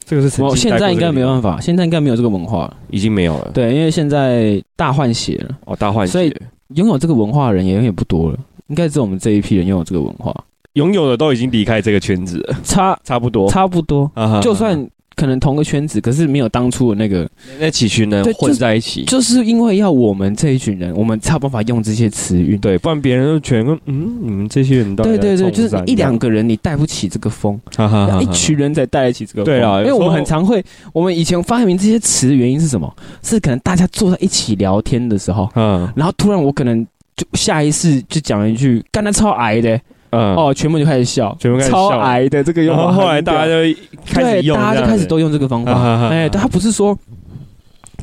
Speaker 1: 这个是曾
Speaker 2: 我
Speaker 1: 经
Speaker 2: 现在应该没
Speaker 1: 有，
Speaker 2: 办法，现在应该没有这个文化了。
Speaker 1: 已经没有了。
Speaker 2: 对，因为现在大换血了，
Speaker 1: 哦，大换血，
Speaker 2: 所以拥有这个文化的人也有点不多了，应该只有我们这一批人拥有这个文化，
Speaker 1: 拥有的都已经离开这个圈子了，
Speaker 2: 差
Speaker 1: 差不多。
Speaker 2: 差不多，
Speaker 1: 啊哈
Speaker 2: 就算可能同个圈子，可是没有当初的那个，
Speaker 1: 那几群人
Speaker 2: 对就是
Speaker 1: 混在一起，
Speaker 2: 就是因为要我们这一群人，我们才有办法用这些词语。
Speaker 1: 对，不然别人就全跟嗯，你们这些人到底
Speaker 2: 对
Speaker 1: 在
Speaker 2: 对对，
Speaker 1: 冲
Speaker 2: 就是
Speaker 1: 山
Speaker 2: 一两个人你带不起这个风，啊
Speaker 1: 这样哈哈哈
Speaker 2: 一
Speaker 1: 哈
Speaker 2: 群人才带得起这个风。
Speaker 1: 啊对啊有
Speaker 2: 因为
Speaker 1: 时候
Speaker 2: 我们很常会，我们以前发明这些词的原因是什么？是可能大家坐在一起聊天的时候，
Speaker 1: 嗯
Speaker 2: 然后突然我可能就下意识就讲一句“干他超矮的”，
Speaker 1: 嗯哦，
Speaker 2: 哦，全部就开始笑，
Speaker 1: 全部开始
Speaker 2: 超
Speaker 1: 笑
Speaker 2: 矮的这个用
Speaker 1: 然后
Speaker 2: 法很屌。
Speaker 1: 后来大家就开始
Speaker 2: 对
Speaker 1: 用这样
Speaker 2: 大
Speaker 1: 子，
Speaker 2: 家就开始都用这个方
Speaker 1: 啊哈哈哈
Speaker 2: 法。哎，但他不是说，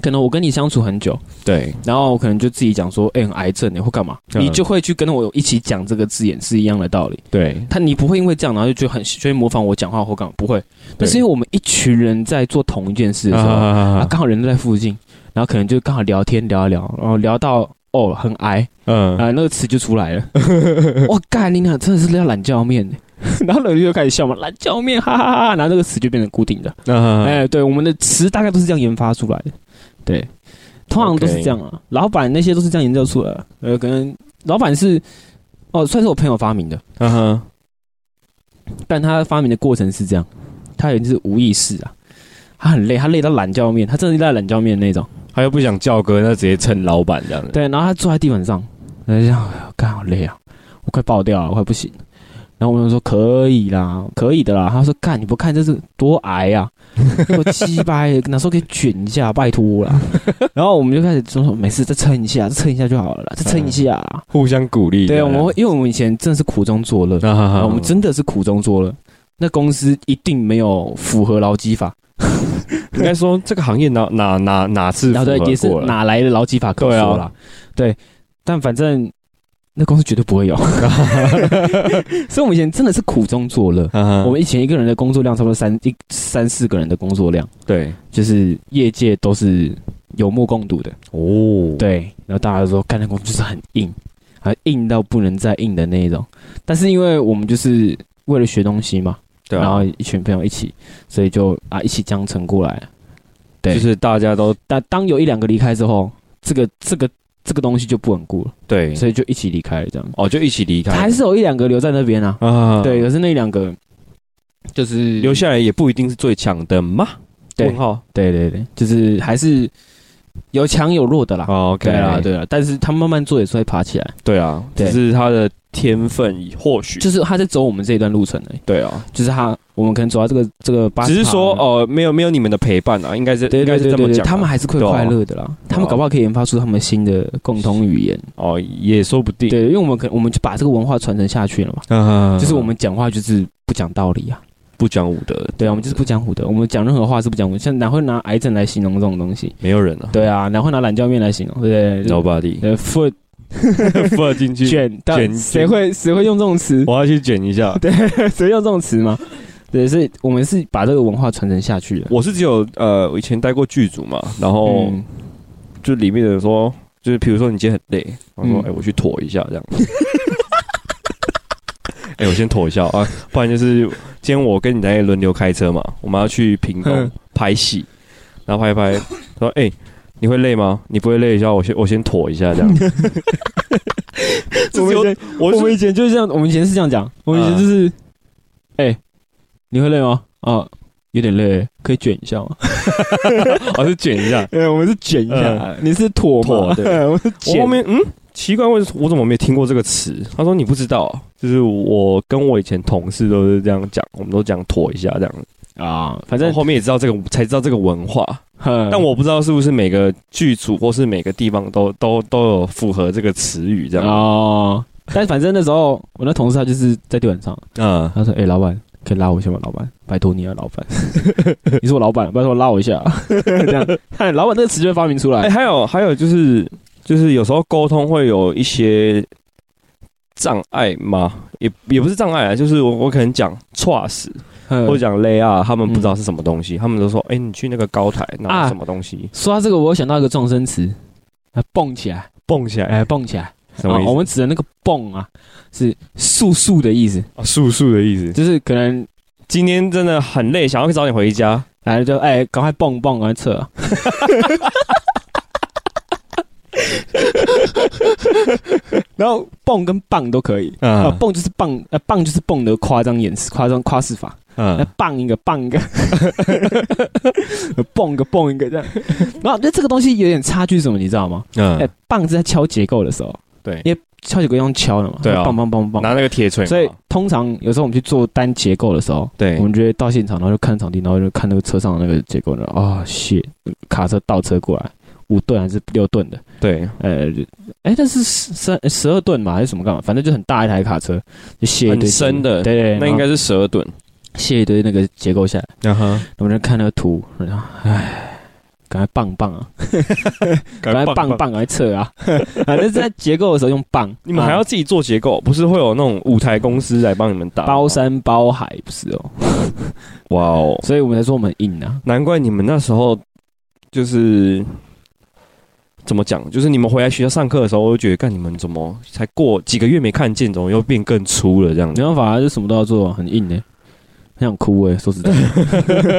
Speaker 2: 可能我跟你相处很久，
Speaker 1: 对，
Speaker 2: 然后我可能就自己讲说，哎，很癌症，你会干嘛？
Speaker 1: 嗯
Speaker 2: 你就会去跟我一起讲这个字眼，是一样的道理。
Speaker 1: 对，
Speaker 2: 他你不会因为这样，然后就觉得很就会模仿我讲话或干嘛？不会，那是因为我们一群人在做同一件事的时候，啊，
Speaker 1: 啊，
Speaker 2: 刚好人都在附近，然后可能就刚好聊天聊一聊，然后聊到哦很癌
Speaker 1: 嗯
Speaker 2: 啊、，那个词就出 来了。我干，你俩真的是要懒觉面 呢。然后人就开始笑嘛，懒觉面，哈哈哈然后这个词就变成固定的。
Speaker 1: 那
Speaker 2: 哎、对，我们的词大概都是这样研发出来的。对，通常都是
Speaker 1: OK
Speaker 2: 这样啊。老板那些都是这样研究出来的。呃，可能老板是哦，算是我朋友发明的。
Speaker 1: 嗯哼，
Speaker 2: 但他发明的过程是这样，他也是无意识啊，他很累，他累到懒觉面，他真的累到懒觉面那种。
Speaker 1: 他又不想叫哥，那直接蹭老板这样子。
Speaker 2: 对，然后他坐在地板上，然后就这样，哎呦干好累啊，我快爆掉了，我快不行了。然后我们就说可以啦，可以的啦。他说干，你不看这是多矮啊，我鸡掰，哪时候可以卷一下，拜托啦。然后我们就开始就说没事，再撑一下，再撑一下就好了啦，再撑一下啦。
Speaker 1: 互相鼓励。
Speaker 2: 对，我们会，因为我们以前真的是苦中作乐，
Speaker 1: 啊哈哈
Speaker 2: 啊，我们真的是苦中作乐。那公司一定没有符合劳基法，
Speaker 1: 应该说这个行业哪哪哪哪次
Speaker 2: 然后啊对，
Speaker 1: 符合
Speaker 2: 也是
Speaker 1: 过了
Speaker 2: 哪来的劳基法可说
Speaker 1: 对啊
Speaker 2: 啦。对，但反正那公司绝对 不会有，所以我们以前真的是苦中作乐。
Speaker 1: 嗯哼
Speaker 2: 我们以前一个人的工作量差不多三一三四个人的工作量，
Speaker 1: 对
Speaker 2: 就是业界都是有目共睹的。
Speaker 1: 哦，
Speaker 2: 对，然后大家都说干那工作就是很硬，啊，硬到不能再硬的那一种。但是因为我们就是为了学东西嘛，
Speaker 1: 对
Speaker 2: 然
Speaker 1: 啊，
Speaker 2: 后一群朋友一起，所以就啊一起江城过来。对
Speaker 1: 就是大家都
Speaker 2: 但当有一两个离开之后，这个这个这个东西就不稳固了，
Speaker 1: 对
Speaker 2: 所以就一起离开了。这样
Speaker 1: 哦，就一起离开，
Speaker 2: 还是有一两个留在那边啊，
Speaker 1: 啊，
Speaker 2: 对，，可是那一两个就是
Speaker 1: 留，下来也不一定是最强的嘛？
Speaker 2: 对
Speaker 1: 问号
Speaker 2: 对对对，就是还是有强有弱的啦。
Speaker 1: 哦，OK
Speaker 2: 对啊，
Speaker 1: 啦，对
Speaker 2: 对啊，但是他慢慢做也是会爬起来，
Speaker 1: 对啊，
Speaker 2: 对
Speaker 1: 只是他的天分或许
Speaker 2: 就是他在走我们这一段路程而已。
Speaker 1: 对啊，
Speaker 2: 就是他，我们可能走到这个这个八，
Speaker 1: 只是说，哦，没有没有你们的陪伴啊，应该是
Speaker 2: 对
Speaker 1: 应该
Speaker 2: 对
Speaker 1: 是
Speaker 2: 对
Speaker 1: 这
Speaker 2: 对
Speaker 1: 么
Speaker 2: 对，
Speaker 1: 讲啊，
Speaker 2: 他们还是会
Speaker 1: 对啊
Speaker 2: 快乐的啦，他们搞不好可以研发出他们新的共同语言，
Speaker 1: 哦也说不定，
Speaker 2: 对，因为我们可我们就把这个文化传承下去了嘛，
Speaker 1: 啊
Speaker 2: 就是我们讲话就是不讲道理啊，
Speaker 1: 不讲武德，
Speaker 2: 对啊，我们就是不讲武德，我们讲任何话是不讲武德，像哪会拿癌症来形容这种东西？
Speaker 1: 没有人啊，
Speaker 2: 对啊，哪会拿懒觉面来形容？对不对？
Speaker 1: ，nobody，
Speaker 2: 呃，foot
Speaker 1: 放进去，
Speaker 2: 卷，但
Speaker 1: 卷
Speaker 2: 谁会谁会用这种词？
Speaker 1: 我要去卷一下，
Speaker 2: 谁用这种词吗？对，所以我们是把这个文化传承下去的。
Speaker 1: 我是只有呃，我以前待过剧组嘛，然后
Speaker 2: 嗯，
Speaker 1: 就里面的人说，就是比如说你今天很累，然后说
Speaker 2: 嗯
Speaker 1: 哎、我去妥一下这样。 哎、我先妥一下啊，不然就是今天我跟你在轮流开车嘛，我们要去屏东
Speaker 2: 嗯
Speaker 1: 拍戏，然后拍一拍，说哎、你会累吗？你不会累一下，我先我先妥一下这样。
Speaker 2: 我
Speaker 1: 这
Speaker 2: 们
Speaker 1: 是
Speaker 2: 以
Speaker 1: 有
Speaker 2: 前
Speaker 1: 我
Speaker 2: 我们
Speaker 1: 是
Speaker 2: 以前就是这样，我们以前是这样讲，我们以前就是，哎、你会累吗？啊，有点累，可以卷一下吗？
Speaker 1: 我啊是卷一下，
Speaker 2: 哎、我们是卷一
Speaker 1: 下
Speaker 2: 你是嗯妥
Speaker 1: 妥对
Speaker 2: 我是
Speaker 1: 我后面嗯，奇怪，为什我怎么没听过这个词？他说你不知道啊，就是我跟我以前同事都是这样讲，我们都讲妥一下这样子。
Speaker 2: 啊，反
Speaker 1: 但
Speaker 2: 正，嗯
Speaker 1: 后面也知道这个，才知道这个文化。但
Speaker 2: 但
Speaker 1: 我不知道是不是每个剧组或是每个地方都都都有符合这个词语这样。
Speaker 2: 哦，但反正那时候我那同事他就是在地板上，
Speaker 1: 嗯，
Speaker 2: 他说，哎、老板。可以拉我一下吗，老板？拜托你啊，老板！ 你是我老板，拜托拉我一下。啊 这样，看老板这个词就会发明出
Speaker 1: 哎、
Speaker 2: 来。
Speaker 1: 还有还有就是就是有时候沟通会有一些障碍吗？也也不是障碍啊，就是我我可能讲 trust
Speaker 2: 嗯
Speaker 1: 或者讲 lay 啊，他们不知道是什么东西，他们都说，哎、你去那个高台拿
Speaker 2: 啊
Speaker 1: 什么东西、
Speaker 2: 说到这个，我有想到一个撞声词，啊，蹦起来，
Speaker 1: 蹦起来，
Speaker 2: 哎，蹦起来。
Speaker 1: 什么
Speaker 2: 啊？我
Speaker 1: 意
Speaker 2: 们指的那个“蹦”啊，是速速的意思，
Speaker 1: 思？速速、啊的意思。
Speaker 2: 就是可能
Speaker 1: 今天真的很累，想要早点回家。
Speaker 2: 来了就哎，赶快蹦蹦，赶快 撤、啊。然后蹦跟棒都可以，啊，
Speaker 1: 嗯
Speaker 2: 蹦就是棒，呃，棒就是蹦的夸张演示、夸张夸饰法，那
Speaker 1: 嗯，
Speaker 2: 棒一个，棒一个， 蹦一个，蹦一个这样。然后，那这个东西有点差距，什么你知道吗？哎
Speaker 1: 嗯，，
Speaker 2: 棒是在敲结构的时候，
Speaker 1: 对，
Speaker 2: 因为敲结构用敲的嘛，
Speaker 1: 对啊
Speaker 2: 棒棒棒棒，
Speaker 1: 拿那个铁锤嘛，
Speaker 2: 所以通常有时候我们去做单结构的时候，
Speaker 1: 对
Speaker 2: 我，们就会到现场，然后就看场地，然后就看那个车上的那个结构，然后啊、shit，卡车倒车过来，五吨还是六吨的，
Speaker 1: 对，
Speaker 2: 呃，哎，但是十三十二吨嘛还是什么干嘛，反正就很大一台卡车，就卸一堆
Speaker 1: 很深哦的
Speaker 2: 对对，
Speaker 1: 那应该是十二吨。
Speaker 2: 然后卸一堆那个结构下来，
Speaker 1: 嗯哼，
Speaker 2: 然后我们就看那个图，然后哎。赶快棒棒啊！赶快棒棒，赶快撤啊！ 反正是在结构的时候用棒，
Speaker 1: 你们还要
Speaker 2: 啊
Speaker 1: 自己做结构，不是会有那种舞台公司来帮你们打吗
Speaker 2: 包？山包海，不是哦？
Speaker 1: 哇哦，
Speaker 2: 所以我们才说我们硬啊。
Speaker 1: 难怪你们那时候就是怎么讲，就是你们回来学校上课的时候，我就觉得，干你们怎么才过几个月没看见，怎么又变更粗了这样
Speaker 2: 没
Speaker 1: 子？
Speaker 2: 办法、啊，就什么都要做，很硬的、欸很想哭哎、说实在，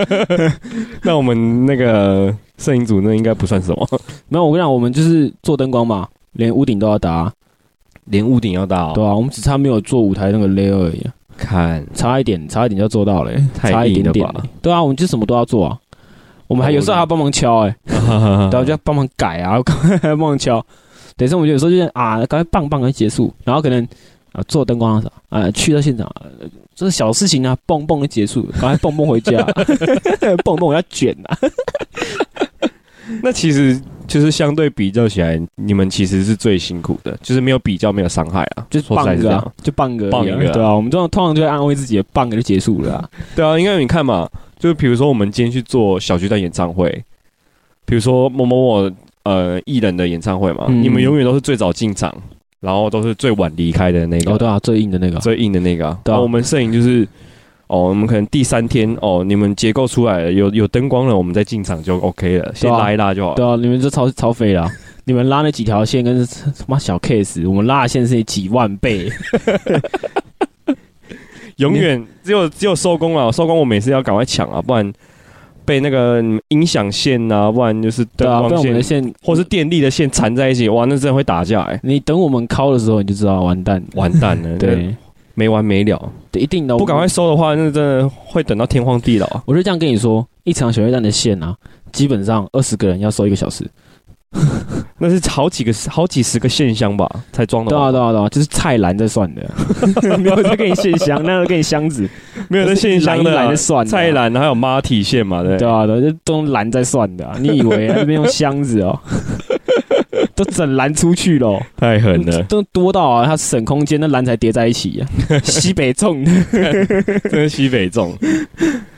Speaker 1: 那我们那个摄影组那应该不算什么，
Speaker 2: 没有我跟你讲，我们就是做灯光嘛，连屋顶都要打啊、
Speaker 1: 连屋顶要搭
Speaker 2: 对啊，我们只差没有做舞台那个 layer 而已啊、
Speaker 1: 看
Speaker 2: 差一点，差一点就做到了、欸，
Speaker 1: 太
Speaker 2: 差一
Speaker 1: 硬
Speaker 2: 点
Speaker 1: 了
Speaker 2: 点、
Speaker 1: 吧
Speaker 2: 欸对啊，我们就什么都要做啊，我们还有时候还要帮忙敲哎、
Speaker 1: 哦
Speaker 2: 然后就要帮忙改啊， 还要帮忙敲。等于说我们有时候就是啊，赶快棒棒的结束，然后可能啊做灯光的时候啊，去到现场，呃这、是小事情啊，蹦蹦的结束，赶快 蹦蹦回家、蹦蹦我要卷啊。
Speaker 1: 那其实就是相对比较起来，你们其实是最辛苦的，就是没有比较，没有伤害啊，
Speaker 2: 就是
Speaker 1: 说实在
Speaker 2: 半
Speaker 1: 是这
Speaker 2: 个、
Speaker 1: 样
Speaker 2: 啊，就半个而已啊、
Speaker 1: 棒一个啊
Speaker 2: 对啊，我们通常通常就会安慰自己，半个就结束了啊、
Speaker 1: 对啊，因为你看嘛，就比如说我们今天去做小巨蛋演唱会，比如说某某某呃艺人的演唱会嘛，
Speaker 2: 嗯
Speaker 1: 你们永远都是最早进场，然后都是最晚离开的那个，
Speaker 2: 哦，对啊，最硬的那个，
Speaker 1: 最硬的那个、啊。
Speaker 2: 对啊
Speaker 1: 然后我们摄影就是。哦，我们可能第三天哦，你们结构出来了，有有灯光了，我们再进场就 OK 了，先
Speaker 2: 对啊
Speaker 1: 拉一拉就好了。
Speaker 2: 对啊，你们这超超飞了 啊、你们拉那几条线跟他妈小 case，我们拉的线是几万 倍，
Speaker 1: 永远只有只有收工啊了，收工我每次要赶快抢啊，不然被那个音响线啊，不然就是
Speaker 2: 对
Speaker 1: 灯
Speaker 2: 啊，被
Speaker 1: 光
Speaker 2: 我们
Speaker 1: 线，
Speaker 2: 的线，
Speaker 1: 或是电力的线缠在一起，哇，那真的会打架哎、
Speaker 2: 你等我们敲的时候你就知道完蛋了，
Speaker 1: 完蛋了，那
Speaker 2: 对，
Speaker 1: 没完没了，
Speaker 2: 对，一定的，
Speaker 1: 不赶快收的话，那真的会等到天荒地老啊。
Speaker 2: 我就这样跟你说，一场小夜蛋的线啊，基本上二十个人要收一个小时。
Speaker 1: 那是好几个好几十个线箱吧，才装的
Speaker 2: 对啊，
Speaker 1: 吧，
Speaker 2: 对啊，对啊，就是菜篮 在算的， 没有在给你线箱，那个给你箱子，
Speaker 1: 没有 那线箱
Speaker 2: 啊一篮一
Speaker 1: 的
Speaker 2: 篮
Speaker 1: 啊
Speaker 2: 在算的啊
Speaker 1: 菜篮还有马体线嘛，对不
Speaker 2: 对
Speaker 1: 对。
Speaker 2: 啊，对啊，就都用篮在算的啊、 你以为啊这边用箱子哦？ 都整篮出去喽，，
Speaker 1: 太狠了
Speaker 2: 都多到啊，它省空间，那篮才叠在一起、 啊。西北重 的，
Speaker 1: 真的西北重，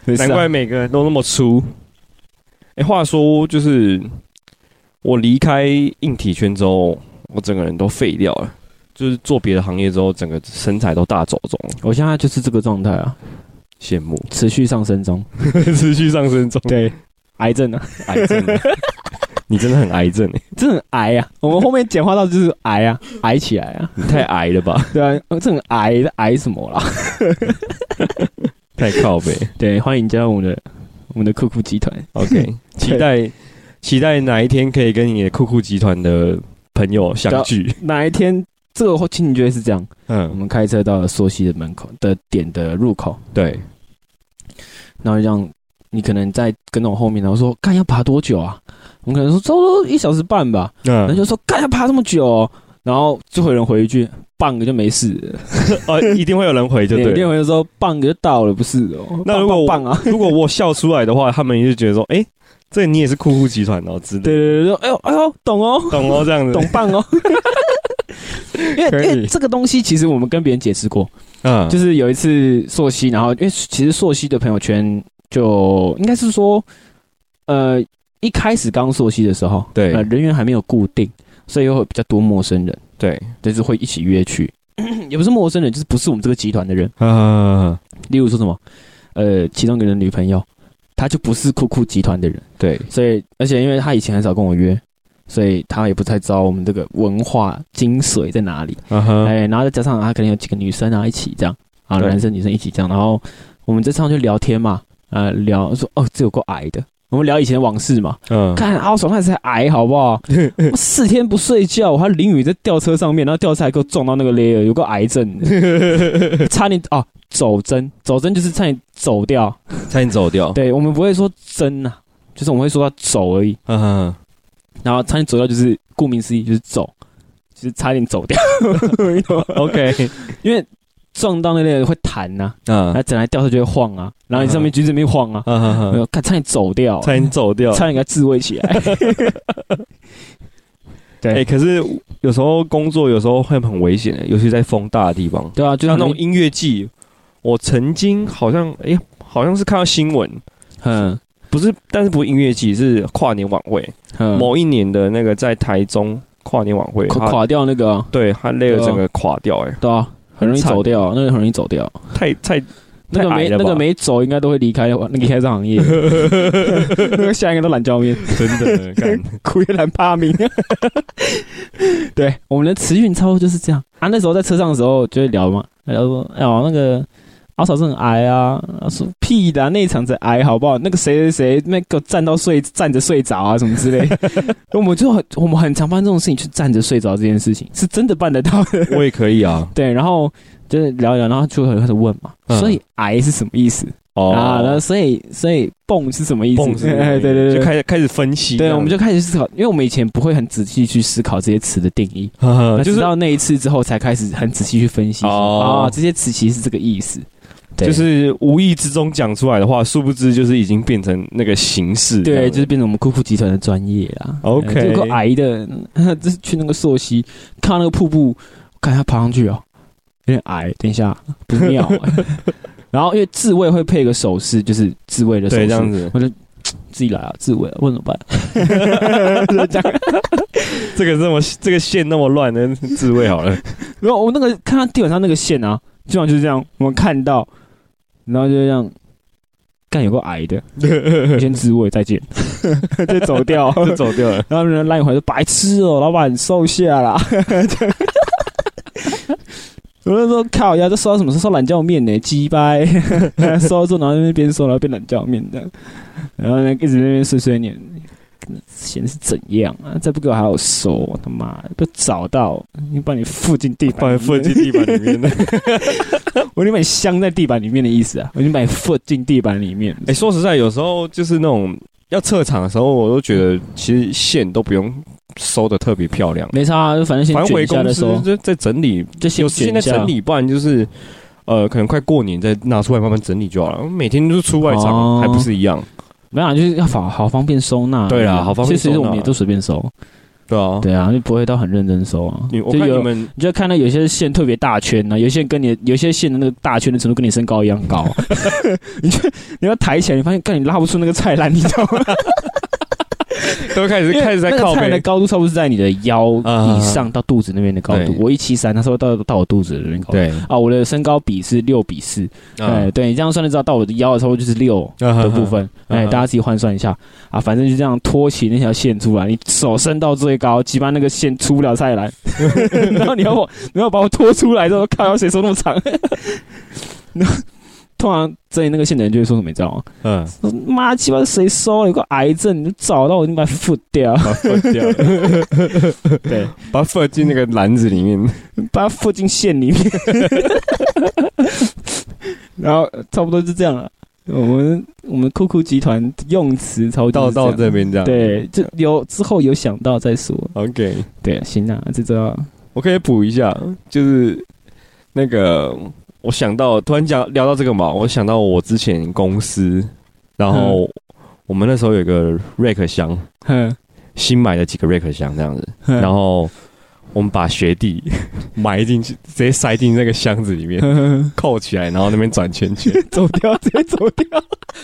Speaker 2: 没事啊
Speaker 1: 难怪每个人都那么粗。哎、话说就是我离开硬体圈之后，我整个人都废掉了。就是做别的行业之后，整个身材都大走中，
Speaker 2: 我现在就是这个状态啊，
Speaker 1: 羡慕
Speaker 2: 持续上升中。
Speaker 1: 持续上升中，
Speaker 2: 对，癌症啊，
Speaker 1: 癌症啊， 你真的很癌症欸
Speaker 2: 这很癌啊。我们后面简化到就是癌啊，癌起来啊，
Speaker 1: 你太矮了 吧？
Speaker 2: 对啊，呃这很癌，癌什么啦？
Speaker 1: 太靠北。
Speaker 2: 对，欢迎加入我们的我们的酷酷集团。
Speaker 1: OK，期待期待哪一天可以跟你的酷酷集团的朋友相聚。
Speaker 2: 哪一天这个情景就会是这样，我
Speaker 1: 嗯，
Speaker 2: 们开车到了溯溪的门口的点的入口，
Speaker 1: 对，
Speaker 2: 然后让你可能在跟到我后面，然后说干要爬多久啊？我们可能说差不多一小时半吧，
Speaker 1: 那
Speaker 2: 然后就说干要爬这么久哦、然后最后有人回一句半个就没事了，
Speaker 1: 哦， 一定会有人回就对
Speaker 2: 另
Speaker 1: 了。
Speaker 2: 外一个说半个就到了，不是哦？
Speaker 1: 那如果我
Speaker 2: 棒棒棒啊，
Speaker 1: 如果我笑出来的话，他们也就觉得说，哎，这你也是酷酷集团哦，之类的
Speaker 2: 对对对，说哎呦哎呦懂哦，
Speaker 1: 懂哦，这样子
Speaker 2: 懂。棒哦。 因为
Speaker 1: 可以
Speaker 2: 因为这个东西，其实我们跟别人解释过，
Speaker 1: 嗯，
Speaker 2: 就是是有一次朔溪，然后因为其实朔溪的朋友圈就应该是说，呃，一开始刚朔溪的时候，
Speaker 1: 对
Speaker 2: 呃，人员还没有固定，所以会比较多陌生人，
Speaker 1: 对，
Speaker 2: 就是会一起约去， 也不是陌生人，就是不是我们这个集团的人。
Speaker 1: 啊，
Speaker 2: 例如说什么，呃，其中一个人的女朋友，她就不是酷酷集团的人，
Speaker 1: 对，
Speaker 2: 所以而且因为她以前很少跟我约，所以她也不太知道我们这个文化精髓在哪里。
Speaker 1: 啊哈，
Speaker 2: 哎，然后再加上他可能有几个女生啊一起这样，啊，
Speaker 1: 对
Speaker 2: 男生女生一起这样，然后我们在上去聊天嘛，呃，聊说哦，这有够矮的，我们聊以前的往事嘛，
Speaker 1: 嗯，
Speaker 2: 看阿爽那才矮好 不好？我四天不睡觉，我还淋雨在吊车上面，然后吊车还给我撞到那个 layer，有个 癌症的，差点哦，走针，走针就是差点走
Speaker 1: 哦
Speaker 2: 掉，
Speaker 1: 差点走掉。
Speaker 2: 对我们不会说针啊，就是我们会说到走而已，
Speaker 1: 嗯，
Speaker 2: 然后差点走掉就是顾名思义就是走，就是差点走掉，你懂吗
Speaker 1: OK，
Speaker 2: 因为撞到那类会弹啊呐、然
Speaker 1: 嗯，
Speaker 2: 后整台吊车就会晃啊，然后你上面举这边晃啊，
Speaker 1: 嗯
Speaker 2: 没
Speaker 1: 嗯
Speaker 2: 有看差点走掉，
Speaker 1: 差点走掉。
Speaker 2: 差点给它自卫起 来。
Speaker 1: 哎、
Speaker 2: 对
Speaker 1: 可是有时候工作有时候会很危险欸的，尤其在风大的地方，
Speaker 2: 对啊，就
Speaker 1: 像
Speaker 2: 像
Speaker 1: 那种音乐季，我曾经好像哎、好像是看到新闻，
Speaker 2: 嗯
Speaker 1: 不是，但是不是音乐季，是跨年晚会，
Speaker 2: 嗯，
Speaker 1: 某一年的那个在台中跨年晚会，
Speaker 2: 垮
Speaker 1: 它
Speaker 2: 垮掉那个啊，
Speaker 1: 对它累
Speaker 2: 对
Speaker 1: 了
Speaker 2: 啊
Speaker 1: 整个垮掉、哎，
Speaker 2: 对啊，很容易
Speaker 1: 惨
Speaker 2: 走掉，那个很容易走掉。
Speaker 1: 太太
Speaker 2: 那个
Speaker 1: 太矮
Speaker 2: 没
Speaker 1: 了
Speaker 2: 那
Speaker 1: 吧
Speaker 2: 个没走，应该都会离开离开这 行业。那个下一个都懒教面，
Speaker 1: 真的干
Speaker 2: 苦也懒怕命。对，我们的词运差不多就是这样啊。那时候在车上的时候就会聊嘛，聊说，哎呦，那个阿嫂是很矮啊，啊说屁的、那一场才矮好不好？那个谁谁谁那个站到睡站着睡着啊，什么之类的。我们就很我们很常办这种事情，去站着睡着这件事情是真的办得到的。
Speaker 1: 我也可以啊，
Speaker 2: 对，然后就是聊一聊，然后就会开始问嘛，
Speaker 1: 嗯
Speaker 2: 所以矮是什么意思、
Speaker 1: 哦，
Speaker 2: 啊？然后所以所以蹦是什么意思？
Speaker 1: 蹦是
Speaker 2: 哎对对对，
Speaker 1: 就开始开始分析这
Speaker 2: 对，
Speaker 1: 样子，
Speaker 2: 我们就开始思考，因为我们以前不会很仔细去思考这些词的定义，
Speaker 1: 呃就
Speaker 2: 就是到那一次之后才开始很仔细去分析说，
Speaker 1: 哦
Speaker 2: 啊，这些词其实是这个意思。对
Speaker 1: 就是无意之中讲出来的话，殊不知就是已经变成那个形式这样
Speaker 2: 对，
Speaker 1: 子。
Speaker 2: 就是变成我们酷酷集团的专业啊呃啦。
Speaker 1: OK
Speaker 2: 这个矮的， 这是去那个溯溪看那个瀑布，看他爬上去哦，有点矮。等一下，不妙、 欸。然后因为自卫会配一个手势，就是自卫的手
Speaker 1: 对
Speaker 2: 势，
Speaker 1: 这样子，
Speaker 2: 我就嘖自己来啊，自卫、啊，问怎么办？
Speaker 1: 这个这么这个线那么乱的自卫 好了，
Speaker 2: 然后我那个看他地板上那个线啊，基本上就是这样，我们看到，然后就这样，干有个矮的，先自卫再见， 就走掉。
Speaker 1: 就走掉了。
Speaker 2: 然后人家烂一回说白痴哦、老板收下啦。 我就说靠呀，这收到什么？收到懒觉面呢、鸡掰！ 收到之后，然后在那边收，然后变懒觉面这样，然后呢一直在那边碎碎念，闲是怎样啊？再不给我好好收，我他妈的被找到，你把你附近地板
Speaker 1: 放在
Speaker 2: 里面，
Speaker 1: 附近地 板里面的。
Speaker 2: 我已经把你镶在地板里面的意思啊，我已经把你附进地板里面。
Speaker 1: 哎、说实在，有时候就是那种要撤场的时候，我都觉得其实线都不用收的特别漂亮。
Speaker 2: 没差、啊，就反正先
Speaker 1: 反正
Speaker 2: 卷
Speaker 1: 回
Speaker 2: 一下
Speaker 1: 公
Speaker 2: 的时
Speaker 1: 司
Speaker 2: 候，
Speaker 1: 就在整理，
Speaker 2: 就先
Speaker 1: 有时
Speaker 2: 卷
Speaker 1: 间在
Speaker 2: 一下
Speaker 1: 整。理，不然就是呃，可能快过年再拿出来慢慢整理就好了。每天都出外场，
Speaker 2: 哦
Speaker 1: 还不是一样？
Speaker 2: 没有啊，就是要好好方便收纳。
Speaker 1: 对啦好方便
Speaker 2: 其实其实
Speaker 1: 收纳
Speaker 2: 我们也都随便收，
Speaker 1: 对啊，
Speaker 2: 对啊，就不会到很认真收啊。
Speaker 1: 你我
Speaker 2: 就
Speaker 1: 看你
Speaker 2: 有，
Speaker 1: 们
Speaker 2: 你就看到有些线特别大圈呢、啊，有些跟你有些线的那个大圈的程度跟你身高一样高，啊 你就你要抬起来，你发现干你拉不出那个菜篮，你知道吗？
Speaker 1: 都开始 开始在
Speaker 2: 那
Speaker 1: 靠
Speaker 2: 个菜篮的
Speaker 1: 背，
Speaker 2: 高度差不多是在你的腰
Speaker 1: 啊
Speaker 2: 以上到肚子那边的高度
Speaker 1: 对。
Speaker 2: 我一七三，那时候到到我肚子的那边高度。
Speaker 1: 对，
Speaker 2: 啊，我的身高比是六比四、哎，
Speaker 1: 嗯
Speaker 2: 对你这样算就知道到我的腰的差不多就是六的部，分，
Speaker 1: 嗯
Speaker 2: 哎，
Speaker 1: 嗯
Speaker 2: 大家自己换算一下啊，反正就这样拖起那条线出来，你手伸到最高，鸡巴那个线出不了 菜来，然后你要我，你要把我拖出来之后，靠，要谁手那么长？ 然后通常在那个线的人就会说什么，你知道吗？
Speaker 1: 嗯，
Speaker 2: 说妈鸡巴谁收了有个癌症，你就找到我，你把它付掉，
Speaker 1: 把它放掉，
Speaker 2: 对，
Speaker 1: 把它放进那个篮子里面。
Speaker 2: 把它付进线里 面，然后差不多就这样了。我们我们酷酷集团用词超
Speaker 1: 到到这边这样。
Speaker 2: 对，就有之后有想到再说。
Speaker 1: ，OK，
Speaker 2: 对，行啊，这周
Speaker 1: 我可以补一下，就是那个我想到，突然讲聊到这个嘛，我想到我之前公司，然后我们那时候有一个 rack 箱，
Speaker 2: 哼
Speaker 1: 新买的几个 rack 箱这样子，
Speaker 2: 哼
Speaker 1: 然后我们把学弟 埋进去，直接塞进那个箱子里面。
Speaker 2: 哼哼
Speaker 1: 扣起来，然后那边转圈圈，
Speaker 2: 走掉，直接走 掉，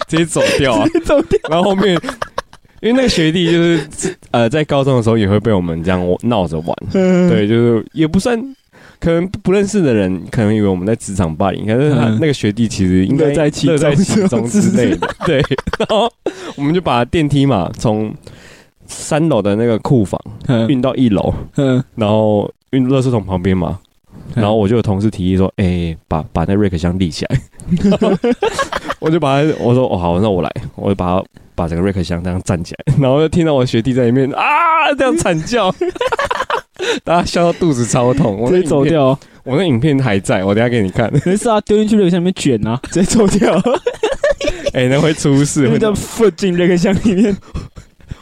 Speaker 1: 直接走掉 啊！
Speaker 2: 走掉。
Speaker 1: 然后后面，因为那个学弟就是呃，在高中的时候也会被我们这样闹着玩，
Speaker 2: 对，
Speaker 1: 对，就是也不算，可能不认识的人可能以为我们在职场霸凌，可是他
Speaker 2: 嗯
Speaker 1: 那个学弟其实应该
Speaker 2: 乐在其中
Speaker 1: 乐在其中之类
Speaker 2: 是
Speaker 1: 的，对。然后我们就把电梯嘛，从三楼的那个库房
Speaker 2: 嗯
Speaker 1: 运到一楼，
Speaker 2: 嗯，
Speaker 1: 然后运垃圾桶旁边嘛。然后我就有同事提议说：“哎、把把那瑞克箱立 起来。”我就把它，我说：“哦，好，那我来。”我就把它把整个瑞克箱这样站起来， 然后就听到我学弟在里面啊这样惨叫， 大家笑到肚子超痛。我
Speaker 2: 直
Speaker 1: 那
Speaker 2: 接走
Speaker 1: 影片，
Speaker 2: 掉，
Speaker 1: 我那影片还在，我等一下给你看。
Speaker 2: 没事啊，丢进去那个箱里面卷啊， 直接走掉，
Speaker 1: 哎、那会出 事，
Speaker 2: 就
Speaker 1: 会
Speaker 2: 叫附进那个箱里面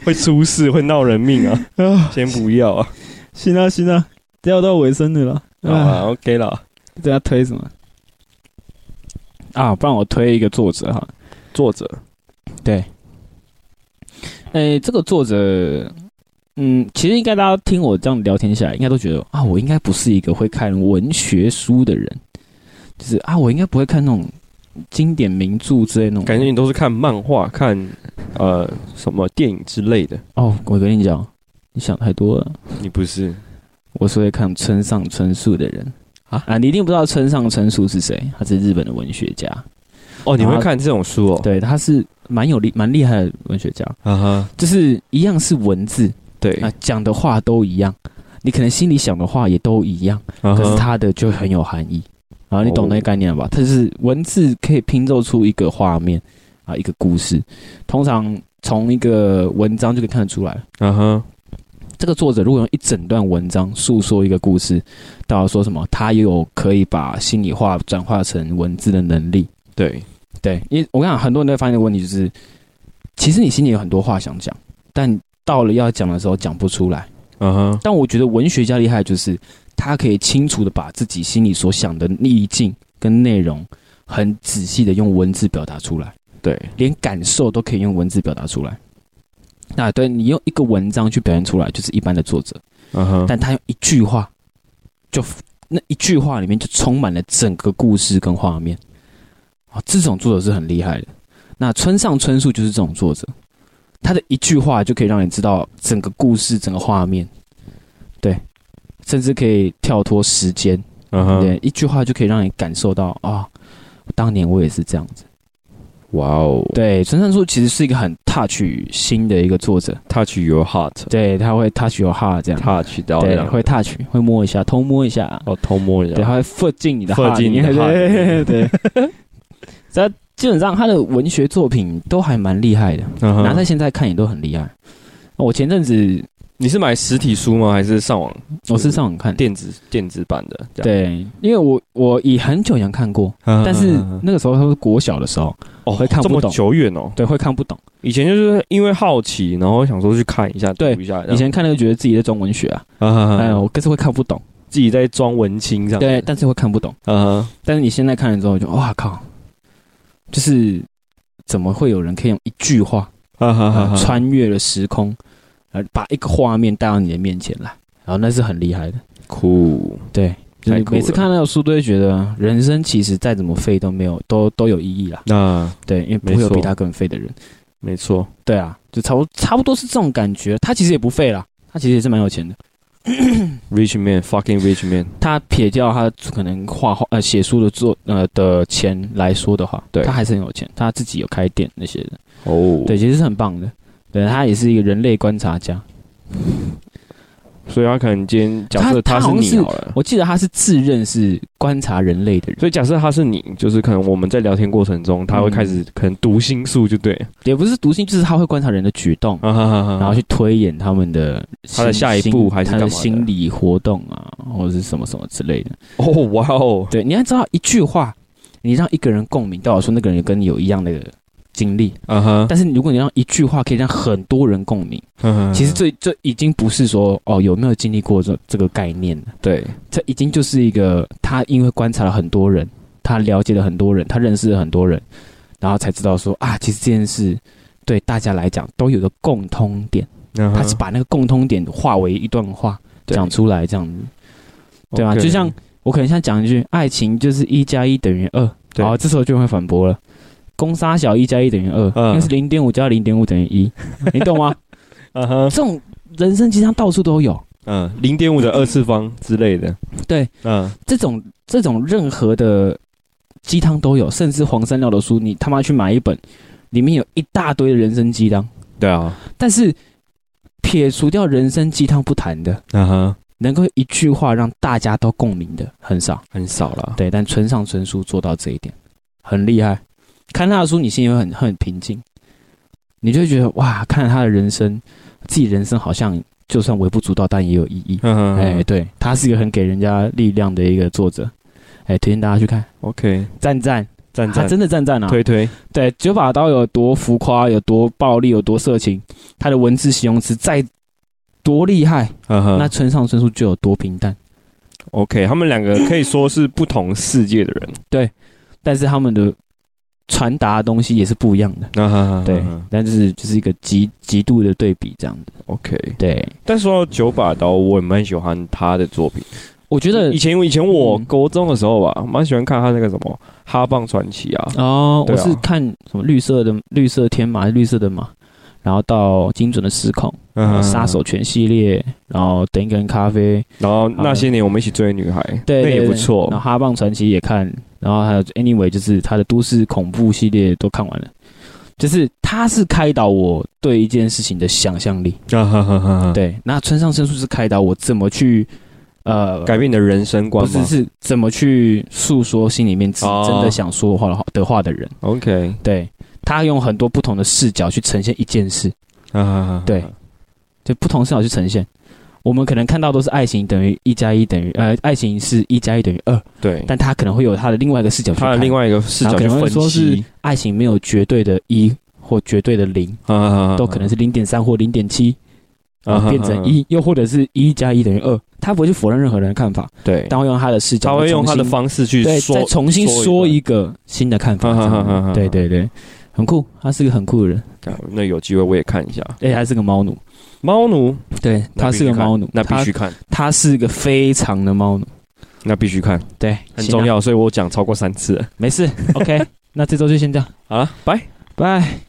Speaker 1: 会出事，会闹人命啊！
Speaker 2: 啊。
Speaker 1: 先不要啊，
Speaker 2: 行啊，行啊，掉到尾声的了，
Speaker 1: 好
Speaker 2: 啊，
Speaker 1: 啊，OK 了。
Speaker 2: 大家推什么？啊，不然我推一个作者哈，
Speaker 1: 作者，
Speaker 2: 诶，这个作者，嗯，其实应该大家听我这样聊天下来，应该都觉得啊，我应该不是一个会看文学书的人，就是啊，我应该不会看那种经典名著之类那种。
Speaker 1: 感觉你都是看漫画、看呃什么电影之类的，
Speaker 2: 哦，我跟你讲，你想太多了，
Speaker 1: 你不是？
Speaker 2: 我是会看村上春树的人
Speaker 1: 啊
Speaker 2: 啊，你一定不知道村上春树是谁，他是日本的文学家，
Speaker 1: 哦，你
Speaker 2: 然
Speaker 1: 会
Speaker 2: 后
Speaker 1: 看这种书哦？
Speaker 2: 对，他是蛮有厉蛮厉害的文学家，
Speaker 1: 啊哈，
Speaker 2: 就是一样是文字
Speaker 1: 对，
Speaker 2: 啊，讲的话都一样，你可能心里想的话也都一样。
Speaker 1: 可
Speaker 2: 可是它的就很有含义。然后你懂那个概念了吧？它就是文字可以拼凑出一个画面啊，一个故事。通常从一个文章就可以看得出来，
Speaker 1: 嗯哼，
Speaker 2: 这个作者如果用一整段文章诉说一个故事，到底说什么？他有可以把心里话转化成文字的能力。
Speaker 1: 对，
Speaker 2: 对，因为我跟你讲，很多人都会发现一个问题，就是其实你心里有很多话想讲，但到了要讲的时候讲不出来。
Speaker 1: 嗯哼，
Speaker 2: 但我觉得文学家厉害的就是他可以清楚的把自己心里所想的意境跟内容很仔细的用文字表达出来。
Speaker 1: 对，
Speaker 2: 连感受都可以用文字表达出来。那对你用一个文章去表现出来，就是一般的作者，
Speaker 1: 嗯哼，
Speaker 2: 但他用一句话，就那一句话里面就充满了整个故事跟画面。啊，这种作者是很厉害的。那村上春树就是这种作者，他的一句话就可以让你知道整个故事、整个画面，对，甚至可以跳脱时间，
Speaker 1: 嗯哼，
Speaker 2: 对，一句话就可以让你感受到啊，当年我也是这样子。
Speaker 1: 哇哦
Speaker 2: 对，村上树其实是一个很 touch 心的一个作者，
Speaker 1: ，touch your heart，touch
Speaker 2: 对，他会 touch your heart 这样，
Speaker 1: 到
Speaker 2: 对，
Speaker 1: 了，
Speaker 2: 会 touch，会摸一下，偷摸一下，
Speaker 1: 哦偷摸一
Speaker 2: 对，
Speaker 1: 下，
Speaker 2: 他会附近你的
Speaker 1: 附
Speaker 2: heart
Speaker 1: 近
Speaker 2: 里
Speaker 1: 你的
Speaker 2: 面
Speaker 1: heart 里
Speaker 2: 对
Speaker 1: 面
Speaker 2: 对。 他基本上他的文学作品都还蛮厉害的，
Speaker 1: 嗯哼
Speaker 2: 拿在现在看也都很厉害。我前阵子
Speaker 1: 你是买实体书吗？还是上网
Speaker 2: 我是上网看，
Speaker 1: 电子电子版的？这样，
Speaker 2: 对，因为我我以很久以前看过，
Speaker 1: 嗯
Speaker 2: 但是
Speaker 1: 嗯嗯嗯
Speaker 2: 那个时候他是国小的时候，
Speaker 1: 哦
Speaker 2: 会看
Speaker 1: 这
Speaker 2: 不
Speaker 1: 么
Speaker 2: 懂
Speaker 1: 久远哦，
Speaker 2: 对，会看不懂。
Speaker 1: 以前就是因为好奇，然后想说去看一下，
Speaker 2: 对
Speaker 1: 读一下，
Speaker 2: 以前看那个觉得自己在装文学啊，哎
Speaker 1: 哎
Speaker 2: 呦，我可是会看不懂，
Speaker 1: 自己在装文青这样，
Speaker 2: 对，，但是会看不懂。
Speaker 1: 嗯哼，
Speaker 2: 但是你现在看了之后就，哇靠，就是怎么会有人可以用一句话、
Speaker 1: 嗯哼
Speaker 2: 呃
Speaker 1: 嗯哼
Speaker 2: 穿越了时空，呃，把一个画面带到你的面前来，然后那是很厉害的。
Speaker 1: 酷，
Speaker 2: 对，就是
Speaker 1: 太酷了
Speaker 2: 每次看那个书都会觉得，人生其实再怎么废都没有，都都有意义啦。
Speaker 1: 那
Speaker 2: 对，因为不
Speaker 1: 没
Speaker 2: 会有
Speaker 1: 错
Speaker 2: 比他更废的人。
Speaker 1: 啊没错，
Speaker 2: 对啊，就差不多差不多是这种感觉。啊他其实也不废啦，他其实也是蛮有钱的。
Speaker 1: Rich man, fucking rich man。
Speaker 2: 他撇掉他可能画画呃写书的作呃的钱来说的话，
Speaker 1: 对
Speaker 2: 他还是很有钱，他自己有开店那些的。
Speaker 1: 哦，
Speaker 2: 对，其实是很棒的。对他也是一个人类观察家，
Speaker 1: 所以他可能今天假设
Speaker 2: 他他
Speaker 1: 是
Speaker 2: 好像
Speaker 1: 你
Speaker 2: 是
Speaker 1: 好了，
Speaker 2: 我记得他是自认是观察人类的人，
Speaker 1: 所以假设他是你，就是可能我们在聊天过程中，他会
Speaker 2: 嗯
Speaker 1: 开始可能读心术，就对，
Speaker 2: 也不是读心，就是他会观察人的举动，
Speaker 1: 啊哈哈哈
Speaker 2: 然后去推演他们的
Speaker 1: 他的
Speaker 2: 心
Speaker 1: 下一
Speaker 2: 心
Speaker 1: 步还是
Speaker 2: 他
Speaker 1: 干
Speaker 2: 的
Speaker 1: 嘛的
Speaker 2: 心理活动啊，或者是什么什么之类的。
Speaker 1: 哦哇哦，
Speaker 2: 对，你要知道一句话，你让一个人共鸣，代表说那个人有跟你有一样的经历。
Speaker 1: 啊哈，
Speaker 2: 但是如果你让一句话可以让很多人共鸣，
Speaker 1: 嗯
Speaker 2: 其实这这已经不是说哦有没有经历过这这个概念了。
Speaker 1: 对，
Speaker 2: 这已经就是一个他因为观察了很多人，他了解了很多人，他认识了很多人，然后才知道说啊，其实这件事对大家来讲都有个共通点，
Speaker 1: 他
Speaker 2: 他是把那个共通点化为一段话讲出来，这样子，哦对吧？
Speaker 1: OK
Speaker 2: 就像我可能想讲一句，爱情就是一加一等于二，
Speaker 1: 呃对
Speaker 2: 然后这时候就会反驳了。公杀小一加一等于二，
Speaker 1: 嗯
Speaker 2: 那是零点五加零点五等于一，你懂吗？
Speaker 1: 嗯哼
Speaker 2: 这种人生其实它到处都有，
Speaker 1: 嗯零点五的二次方之类的，
Speaker 2: 对，
Speaker 1: 嗯
Speaker 2: 这种这种任何的鸡汤都有，甚至黄山料的书，你他妈去买一本，里面有一大堆的人生鸡汤。
Speaker 1: 对啊，
Speaker 2: 但是撇除掉人生鸡汤不谈的，
Speaker 1: 嗯哼，
Speaker 2: 能够一句话让大家都共鸣的很少。
Speaker 1: 很少了，
Speaker 2: 对，但村上春树做到这一点，很厉害。看他的书，你心里会很很平静，你就会觉得哇，看了他的人生，自己人生好像就算微不足道，但也有意义。
Speaker 1: 嗯哼，
Speaker 2: 哎、
Speaker 1: 哎
Speaker 2: 对，他是一个很给人家力量的一个作者，哎、推荐大家去看，
Speaker 1: ，OK，
Speaker 2: 赞赞，
Speaker 1: 赞
Speaker 2: 他
Speaker 1: 赞，
Speaker 2: 真的赞赞啊！
Speaker 1: 推推，
Speaker 2: 对，九把刀有多浮夸，有多暴力，有多色情，他的文字形容词再多厉害，
Speaker 1: 嗯哼，
Speaker 2: 那村上春树就有多平淡，
Speaker 1: OK，他们两个可以说是不同世界的人，
Speaker 2: 但是他们的传达的东西也是不一样的。
Speaker 1: 嗯哼，
Speaker 2: 对
Speaker 1: 嗯哼，
Speaker 2: 但是就是一个极极度的对比这样子。
Speaker 1: ，OK。
Speaker 2: 对，
Speaker 1: 但说到九把刀，我也蛮喜欢他的作品。
Speaker 2: 我觉得
Speaker 1: 以前以前我
Speaker 2: 嗯
Speaker 1: 国中的时候吧，蛮喜欢看他那个什么《哈棒传奇》啊，
Speaker 2: 哦，
Speaker 1: 对
Speaker 2: 我
Speaker 1: 啊
Speaker 2: 是看什么绿色的绿色天马，绿色的马，然后到精准的失控，
Speaker 1: 嗯
Speaker 2: 然后哦杀手拳系列，然后等一个人咖啡，
Speaker 1: 然后那些年我们一起追的女孩，
Speaker 2: 对，
Speaker 1: 那
Speaker 2: 对
Speaker 1: 也不
Speaker 2: 对
Speaker 1: 错
Speaker 2: 然后《哈棒传奇》也看，然后还有 Anyway，就是他的都市恐怖系列都看完了。就是他是开导我对一件事情的想象力，
Speaker 1: 啊哈哈哈哈，
Speaker 2: 对。那村上春树是开导我怎么去，呃，
Speaker 1: 改变你的人生观
Speaker 2: 不
Speaker 1: 吗
Speaker 2: 是是怎么去诉说心里面自
Speaker 1: 哦
Speaker 2: 己真的想说的话的话的话的人，
Speaker 1: OK，
Speaker 2: 对。他用很多不同的视角去呈现一件事，
Speaker 1: 啊哈哈，
Speaker 2: 对就不同视角去呈现。我们可能看到都是爱情等于一加一等于呃，爱情是一加一等于二，
Speaker 1: 对，
Speaker 2: 但他可能会有他的另外一个视角去
Speaker 1: 他嗯的
Speaker 2: 看
Speaker 1: 另外一个视角
Speaker 2: 然后
Speaker 1: 去
Speaker 2: 可能
Speaker 1: 分
Speaker 2: 会说
Speaker 1: 析
Speaker 2: 是，爱情没有绝对的一或绝对的零，
Speaker 1: 啊哈哈哈
Speaker 2: 都可能是零点三或零点七，
Speaker 1: 啊哈
Speaker 2: 啊，变成一，又或者是一加一等于二，他不会去否认任何人的看法，
Speaker 1: 对，
Speaker 2: 但会用他的视
Speaker 1: 嗯
Speaker 2: 角，
Speaker 1: 他会用他的
Speaker 2: 重新
Speaker 1: 方式去
Speaker 2: 对，
Speaker 1: 说
Speaker 2: 再，重新
Speaker 1: 说
Speaker 2: 说
Speaker 1: 一啊
Speaker 2: 一个新的看法
Speaker 1: 哈哈哈哈哈哈。
Speaker 2: 对对对，很酷，他是个很酷的人，
Speaker 1: 干那有机会我也看一下
Speaker 2: 而且他是个猫奴，
Speaker 1: 猫奴，
Speaker 2: 对
Speaker 1: 那
Speaker 2: 他
Speaker 1: 必
Speaker 2: 是
Speaker 1: 须
Speaker 2: 个
Speaker 1: 看
Speaker 2: 猫奴，
Speaker 1: 那必
Speaker 2: 他
Speaker 1: 须看，
Speaker 2: 他是个非常的猫奴，
Speaker 1: 那必须看，
Speaker 2: 对，
Speaker 1: 很
Speaker 2: 行啊
Speaker 1: 重，要，所以我讲超过三次了。
Speaker 2: 没事，OK，那这周就先这样，
Speaker 1: 啊好了，拜。
Speaker 2: 拜。